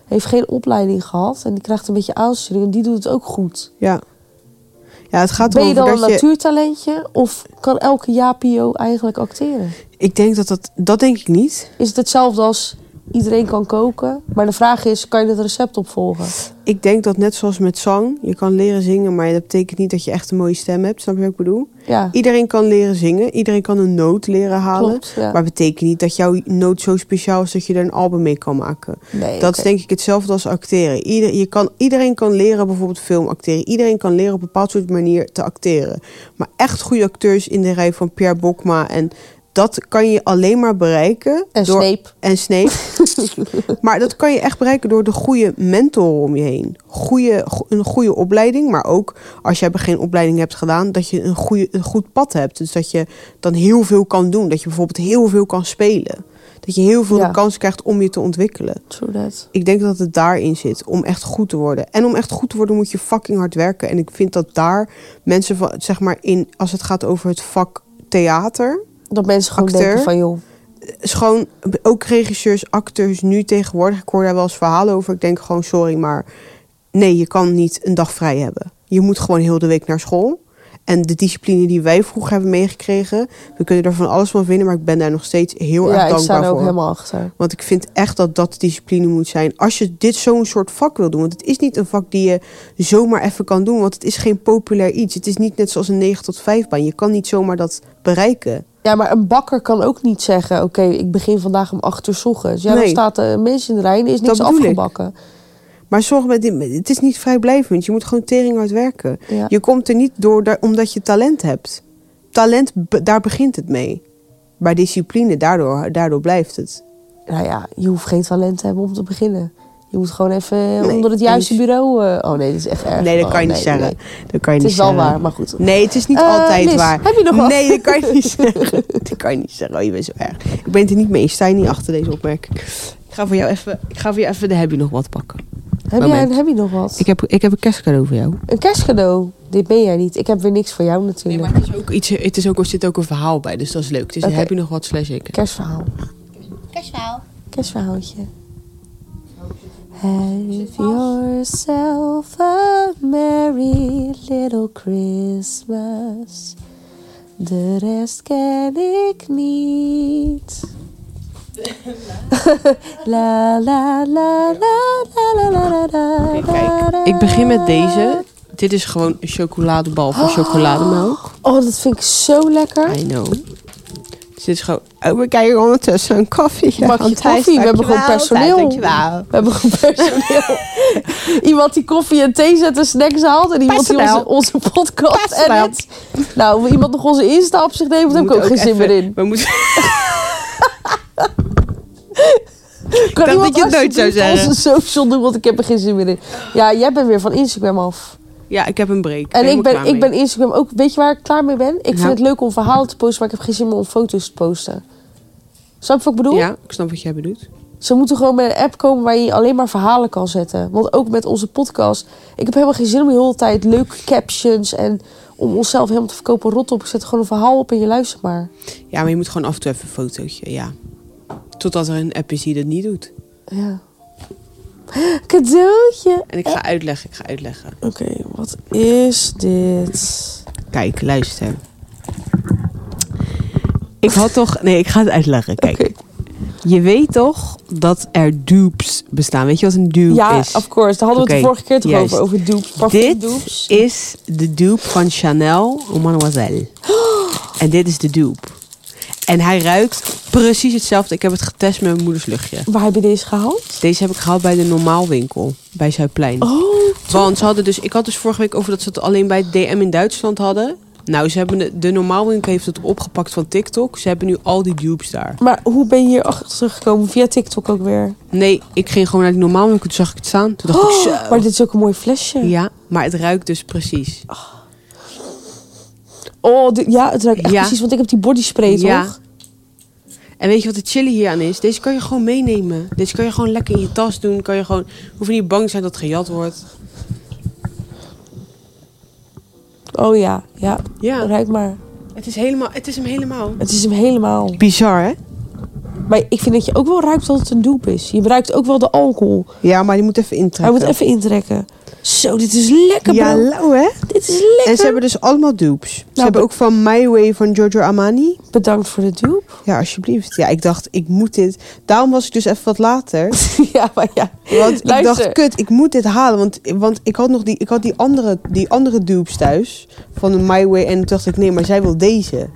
A: Heeft geen opleiding gehad. En die krijgt een beetje aansturing. En die doet het ook goed.
B: ja. Ja, het gaat
A: ben je
B: erover
A: dan een
B: dat je...
A: natuurtalentje? Of kan elke Japio eigenlijk acteren?
B: Ik denk dat dat... Dat denk ik niet.
A: Is het hetzelfde als iedereen kan koken? Maar de vraag is, kan je het recept opvolgen?
B: Ik denk dat net zoals met zang, je kan leren zingen, maar dat betekent niet dat je echt een mooie stem hebt. Snap je wat ik bedoel?
A: Ja,
B: Iedereen kan leren zingen, iedereen kan een noot leren halen.
A: klopt. Ja.
B: Maar betekent niet dat jouw noot zo speciaal is dat je er een album mee kan maken.
A: nee,
B: Dat is
A: oké.
B: denk ik hetzelfde als acteren. Ieder, je kan, iedereen kan leren bijvoorbeeld film acteren. Iedereen kan leren op een bepaald soort manier te acteren. Maar echt goede acteurs in de rij van Pierre Bokma en dat kan je alleen maar bereiken
A: En
B: door
A: Snape.
B: en Snape. maar dat kan je echt bereiken door de goede mentor om je heen. Goeie, go- een goede opleiding, maar ook als jij geen opleiding hebt gedaan, dat je een, goede, een goed pad hebt. Dus dat je dan heel veel kan doen. Dat je bijvoorbeeld heel veel kan spelen. Dat je heel veel
A: Ja.
B: de kans krijgt om je te ontwikkelen.
A: True that.
B: Ik denk dat het daarin zit, om echt goed te worden. En om echt goed te worden moet je fucking hard werken. En ik vind dat daar mensen van, zeg maar, in, als het gaat over het vak theater,
A: Dat mensen gewoon
B: Acteur.
A: denken van, joh,
B: is gewoon ook regisseurs, acteurs nu tegenwoordig. Ik hoor daar wel eens verhalen over. Ik denk gewoon, sorry, maar nee, je kan niet een dag vrij hebben. Je moet gewoon heel de week naar school. En de discipline die wij vroeger hebben meegekregen, we kunnen er van alles van vinden, maar ik ben daar nog steeds heel
A: ja,
B: erg
A: ik sta
B: dankbaar
A: er ook
B: voor.
A: helemaal achter.
B: Want ik vind echt dat dat discipline moet zijn. Als je dit zo'n soort vak wil doen. Want het is niet een vak die je zomaar even kan doen. Want het is geen populair iets. Het is niet net zoals een 9 tot 5 baan. Je kan niet zomaar dat bereiken.
A: Ja, maar een bakker kan ook niet zeggen... oké, ik begin vandaag om acht uur 's ochtends. Ja, dan
B: Nee.
A: staat er een mens in de rij en er is niks
B: Dat bedoel ik.
A: afgebakken.
B: Maar zorg met dit, met- het is niet vrijblijvend. Je moet gewoon tering hard werken.
A: Ja.
B: Je komt er niet door daar- omdat je talent hebt. Talent, be- daar begint het mee. Bij discipline, daardoor, daardoor blijft het.
A: Nou ja, je hoeft geen talent te hebben om te beginnen. Je moet gewoon even
B: Nee,
A: onder het juiste
B: eens.
A: bureau... eh, oh nee, dit is echt erg.
B: nee, dat
A: Oh,
B: kan je niet
A: nee,
B: zeggen.
A: nee.
B: Dat kan je
A: Het
B: niet
A: is wel
B: zeggen.
A: waar, maar goed.
B: Nee, het is niet
A: Eh,
B: altijd
A: Liz,
B: waar.
A: heb je nog wat?
B: Nee, dat kan je niet zeggen. Dat kan je niet zeggen. Oh, je bent zo erg. Ik ben het er niet mee eens. Sta je niet achter deze opmerking. Ik ga voor jou even, ik ga voor jou even de heb je nog wat pakken.
A: Heb, jij,
B: Moment.
A: heb je nog wat?
B: Ik heb, ik heb een kerstcadeau voor jou.
A: Een kerstcadeau? Dit ben jij niet. Ik heb weer niks voor jou natuurlijk.
B: Nee, maar het is ook iets, het is ook, er zit ook een verhaal bij, dus dat is leuk. Dus
A: Oké.
B: heb je nog wat slash ik.
A: Kerstverhaal.
C: Kerstverhaal.
A: Kerstverhaaltje. Have yourself a merry little Christmas. De rest ken ik niet. La la la la la la la la la.
B: Oké, kijk. Ik begin met deze. Dit is gewoon een chocoladebal van chocolademelk.
A: Oh, dat vind ik zo lekker.
B: I know. Dus dit is gewoon... Oh, we kijken ondertussen een koffie.
A: Een bakje
B: Want Thijs,
A: koffie. We hebben gewoon
B: dankjewel,
A: personeel.
B: Thijs, Dankjewel.
A: We hebben gewoon personeel. iemand die koffie en thee zet en snacks haalt. En iemand die onze,
B: Personeel.
A: onze podcast
B: Personeel.
A: edit. Nou, wil iemand nog onze Insta op zich neemt, heb ik
B: moeten
A: ook geen zin
B: even-
A: meer in.
B: We moeten...
A: Kan
B: dacht
A: iemand
B: dat je het nooit zou
A: alsjeblieft
B: zeggen.
A: onze social doen, want ik heb er geen zin meer in. Ja, jij bent weer van Instagram af.
B: Ja, ik heb een break.
A: En ik ben,
B: helemaal
A: ik
B: klaar
A: ben Instagram ook... Weet je waar ik klaar mee ben? Ik vind
B: Nou.
A: het leuk om verhalen te posten, maar ik heb geen zin meer om foto's te posten. Snap je wat ik bedoel?
B: mee. Ja, ik snap wat jij bedoelt.
A: Ze moeten gewoon met een app komen waar je alleen maar verhalen kan zetten. Want ook met onze podcast. Ik heb helemaal geen zin om de hele tijd leuke captions en om onszelf helemaal te verkopen rot op. Ik zet gewoon een verhaal op en je luistert maar.
B: Ja, maar je moet gewoon af en toe even een fotootje, ja. Totdat er een app is die dat niet doet.
A: Ja. Cadeautje. Eh,
B: En ik ga uitleggen, ik ga uitleggen.
A: Oké, wat is dit?
B: Kijk, luister. Ik had toch... Nee, ik ga het uitleggen. Kijk,
A: Oké.
B: je weet toch dat er dupes bestaan. Weet je wat een dupe
A: Ja,
B: is?
A: of course. Daar hadden we het de
B: Oké,
A: vorige keer toch
B: juist.
A: over. Over dupes. Parfum
B: Dit
A: dupes.
B: is de dupe van Chanel Mademoiselle. En dit is de dupe. En hij ruikt precies hetzelfde. Ik heb het getest met mijn moeders luchtje.
A: Waar heb je deze gehaald?
B: Deze heb ik gehaald bij de normaalwinkel. Bij Zuidplein.
A: Oh,
B: Want ze hadden dus, ik had dus vorige week over dat ze het alleen bij het DM in Duitsland hadden. Nou, ze hebben de, de normaalwinkel heeft het opgepakt van TikTok. Ze hebben nu al die dupes daar.
A: maar hoe ben je hier achter gekomen? Via TikTok ook weer.
B: Nee, ik ging gewoon naar die normaalwinkel. Toen zag ik het staan. Toen dacht ik zo.
A: Oh, maar dit is ook een mooi flesje.
B: Ja, maar het ruikt dus precies.
A: Oh, dit- ja, het ruikt echt
B: Ja.
A: precies. Want ik heb die body spray,
B: Ja.
A: toch?
B: En weet je wat de chilly hier aan is? Deze kan je gewoon meenemen. Deze kan je gewoon lekker in je tas doen. Kan je gewoon, hoef je niet bang te zijn dat het gejat wordt.
A: Oh ja, ja.
B: Ja,
A: Ruik maar.
B: het is, helemaal, het is hem helemaal.
A: Het is hem helemaal.
B: Bizar, hè?
A: Maar ik vind dat je ook wel ruikt dat het een doep is. Je ruikt ook wel de alcohol.
B: Ja, maar die moet even intrekken.
A: Hij moet even intrekken. Zo, dit is lekker, bro.
B: lauw, hè?
A: dit is lekker.
B: En ze hebben dus allemaal dupes. Ze
A: Nou,
B: hebben
A: be-
B: ook van My Way van Giorgio Armani.
A: Bedankt voor de doep.
B: Ja, alsjeblieft. Ja, ik dacht, ik moet dit. Daarom was ik dus even wat later.
A: ja, maar ja.
B: Want ik
A: Luister.
B: dacht, kut, ik moet dit halen. Want, want ik had nog die, ik had die, andere, die andere dupes thuis. Van de My Way. En toen dacht ik, nee, maar zij wil deze.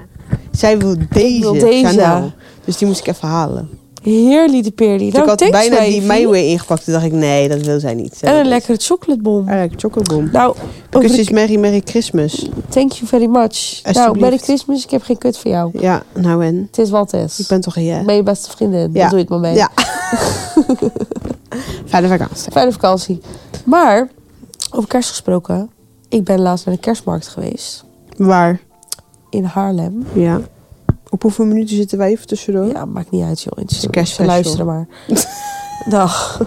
B: Zij wil deze.
A: wil deze.
B: Chanel. Dus die moest ik even halen.
A: Heerlijk de peerly.
B: Dus ik
A: Nou,
B: had
A: thanks,
B: bijna die
A: wijfie.
B: My Way ingepakt. Toen dacht ik, nee, dat wil zij niet. Zij
A: En
B: wil
A: een
B: deze.
A: lekkere chocoladebom.
B: Ah, lekker chocobom.
A: Nou, over
B: Kusjes
A: de-
B: Merry Merry Christmas.
A: thank you very much. Nou,
B: Alsjeblieft.
A: Merry Christmas. Ik heb geen kut voor jou.
B: Ja, nou en?
A: Het is wat het is.
B: Ik ben toch een ja.
A: Ik ben je beste vriendin.
B: Ja.
A: Daar doe je het maar mee.
B: Ja. Fijne vakantie.
A: Fijne vakantie. Maar, over kerst gesproken. Ik ben laatst naar de kerstmarkt geweest.
B: Waar?
A: In Haarlem.
B: Ja. Op hoeveel minuten zitten wij even tussendoor?
A: Ja, maakt niet uit joh.
B: is een
A: Interessant. Ze
B: kerstspecial.
A: luisteren maar. Dag.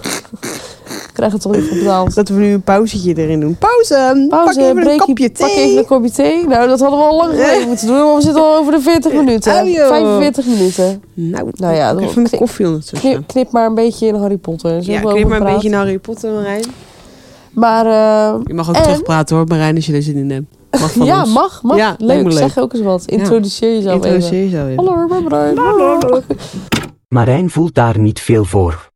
A: Ik krijg het toch niet voor betaald.
B: Dat we nu een pauzetje erin doen. Pauze!
A: Pauze,
B: pak even een
A: breakie,
B: kopje
A: Pak even
B: thee.
A: een kopje thee. Nou, dat hadden we al lang geleden moeten doen. Want we zitten al over de 40 minuten.
B: Oh, joh.
A: 45 minuten.
B: Nou,
A: Nou ja, dan-
B: even
A: knip-
B: mijn koffie ondertussen.
A: Knip, knip maar een beetje in Harry Potter. Zullen
B: Dus, eh. ja,
A: we
B: knip maar een
A: overpraten?
B: beetje naar Harry Potter, Marijn.
A: Maar eh,
B: Je mag ook
A: En-
B: terugpraten hoor, Marijn, als je er zin in hebt. Mag van
A: ja,
B: ons.
A: mag, mag.
B: Ja, lijkt
A: leuk.
B: me leuk.
A: Zeg ook eens wat. Introduceer jezelf even.
B: Introduceer jezelf even.
A: Hallo, ik ben Brian.
D: Marijn voelt daar niet veel voor.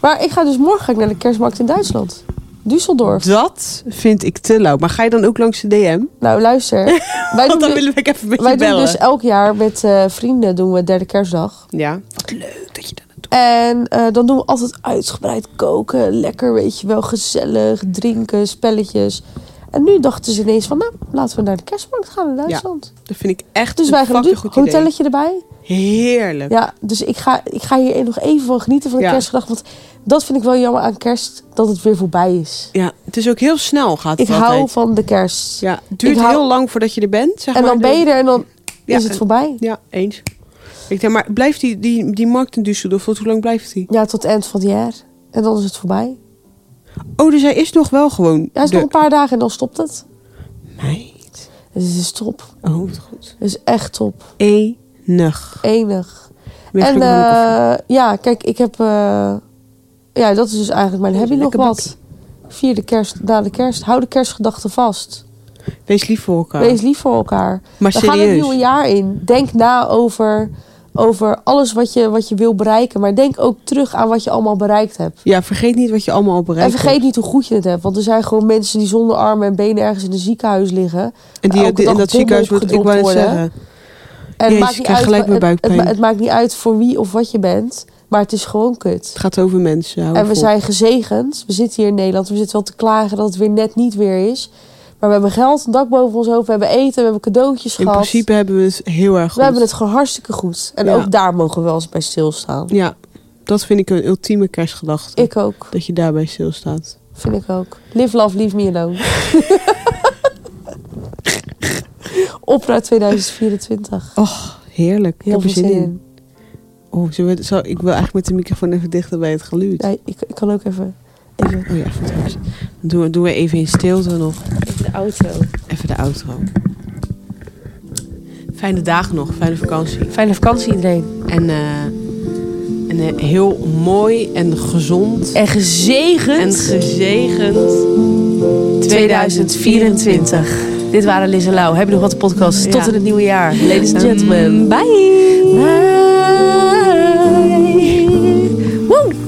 A: Maar ik ga dus morgen ga ik naar de kerstmarkt in Duitsland. Düsseldorf.
B: Dat vind ik te lauw. Maar ga je dan ook langs de DM?
A: Nou, luister. Wij doen,
B: Want dan
A: du-
B: willen we even met
A: wij
B: je
A: doen
B: bellen.
A: dus elk jaar met eh, vrienden doen we derde kerstdag.
B: Ja. Wat leuk dat je dat doet.
A: En eh, dan doen we altijd uitgebreid koken. Lekker, weet je wel, gezellig. Drinken, spelletjes. En nu dachten ze ineens van, nou, laten we naar de kerstmarkt gaan in Duitsland.
B: Dat vind ik echt
A: Dus
B: een
A: wij gaan
B: fucking
A: nu
B: goed idee.
A: hotelletje erbij.
B: Heerlijk.
A: Ja, dus ik ga, ik ga hier nog even van genieten van de
B: Ja.
A: kerstgedag. Want dat vind ik wel jammer aan kerst, dat het weer voorbij is.
B: Ja, het is ook heel snel gaat
A: Ik
B: het
A: hou
B: altijd.
A: van de kerst.
B: Ja, het duurt
A: ik hou-
B: heel lang voordat je er bent. Zeg
A: en
B: maar.
A: dan ben je er en dan
B: Ja,
A: is het
B: en-
A: voorbij.
B: Ja, eens. Ik denk, maar blijft die, die, die markt in Düsseldorf, want hoe lang blijft die?
A: Ja, tot eind van het jaar. En dan is het voorbij.
B: Oh, dus hij is nog wel gewoon...
A: Ja, het is
B: de-
A: nog een paar dagen en dan stopt het.
B: Meid.
A: Dus het is top.
B: Oh, wat goed.
A: Het is echt top.
B: Enig.
A: Enig.
B: En,
A: en eh, ja, kijk, ik heb... eh, ja, dat is dus eigenlijk mijn hobby nog
B: lekker
A: wat. Vier de kerst, na de kerst. Hou de kerstgedachten vast.
B: Wees lief voor elkaar.
A: Wees lief voor elkaar.
B: maar
A: We gaan een
B: serieus.
A: nieuw jaar in. Denk na over, over alles wat je, wat je wil bereiken. Maar denk ook terug aan wat je allemaal bereikt hebt.
B: Ja, vergeet niet wat je allemaal al bereikt
A: En vergeet niet hoe goed je het hebt. Want er zijn gewoon mensen die zonder armen en benen ergens in een ziekenhuis liggen.
B: hebt. En die,
A: elke
B: die- en
A: dag
B: dat ziekenhuis wordt, ik
A: bommen
B: wou net
A: opgedropt
B: zeggen.
A: En
B: Jezus,
A: het, maakt
B: ik
A: niet
B: krijg
A: uit,
B: gelijk
A: wa-
B: weer
A: het- het,
B: buikpijn.
A: ma- het maakt niet uit voor wie of wat je bent. Maar het is gewoon kut.
B: Het gaat over mensen. hou
A: En we
B: vol.
A: zijn gezegend. We zitten hier in Nederland. We zitten wel te klagen dat het weer net niet weer is. Maar we hebben geld, een dak boven ons hoofd. We hebben eten, we hebben cadeautjes
B: In
A: gehad.
B: principe hebben we het heel erg goed.
A: We hebben het gewoon hartstikke goed. En
B: Ja.
A: ook daar mogen we wel eens bij stilstaan.
B: Ja, dat vind ik een ultieme kerstgedachte.
A: Ik ook.
B: Dat je daarbij stilstaat.
A: Vind ik ook. Live, love, leave me alone. Op naar 2024.
B: Och, heerlijk.
A: Heel
B: ik heb
A: veel
B: er
A: zin in.
B: Oh, zullen we- zal- ik wil eigenlijk met de microfoon even dichter bij het geluid.
A: Ja, ik, ik kan ook even, even
B: Oh ja, goed. goed. Dan doen we, doen we even in stilte nog
A: de auto.
B: even de outro. Fijne dagen nog, fijne vakantie.
A: Fijne vakantie iedereen.
B: En eh, een eh, heel mooi en gezond
A: En gezegend
B: en gezegend
A: 2024. Dit waren Liz en Lau. Heb je nog wat de podcast? Tot
B: Ja.
A: in het nieuwe jaar. Ladies and gentlemen.
B: Bye!
A: Bye. Woe.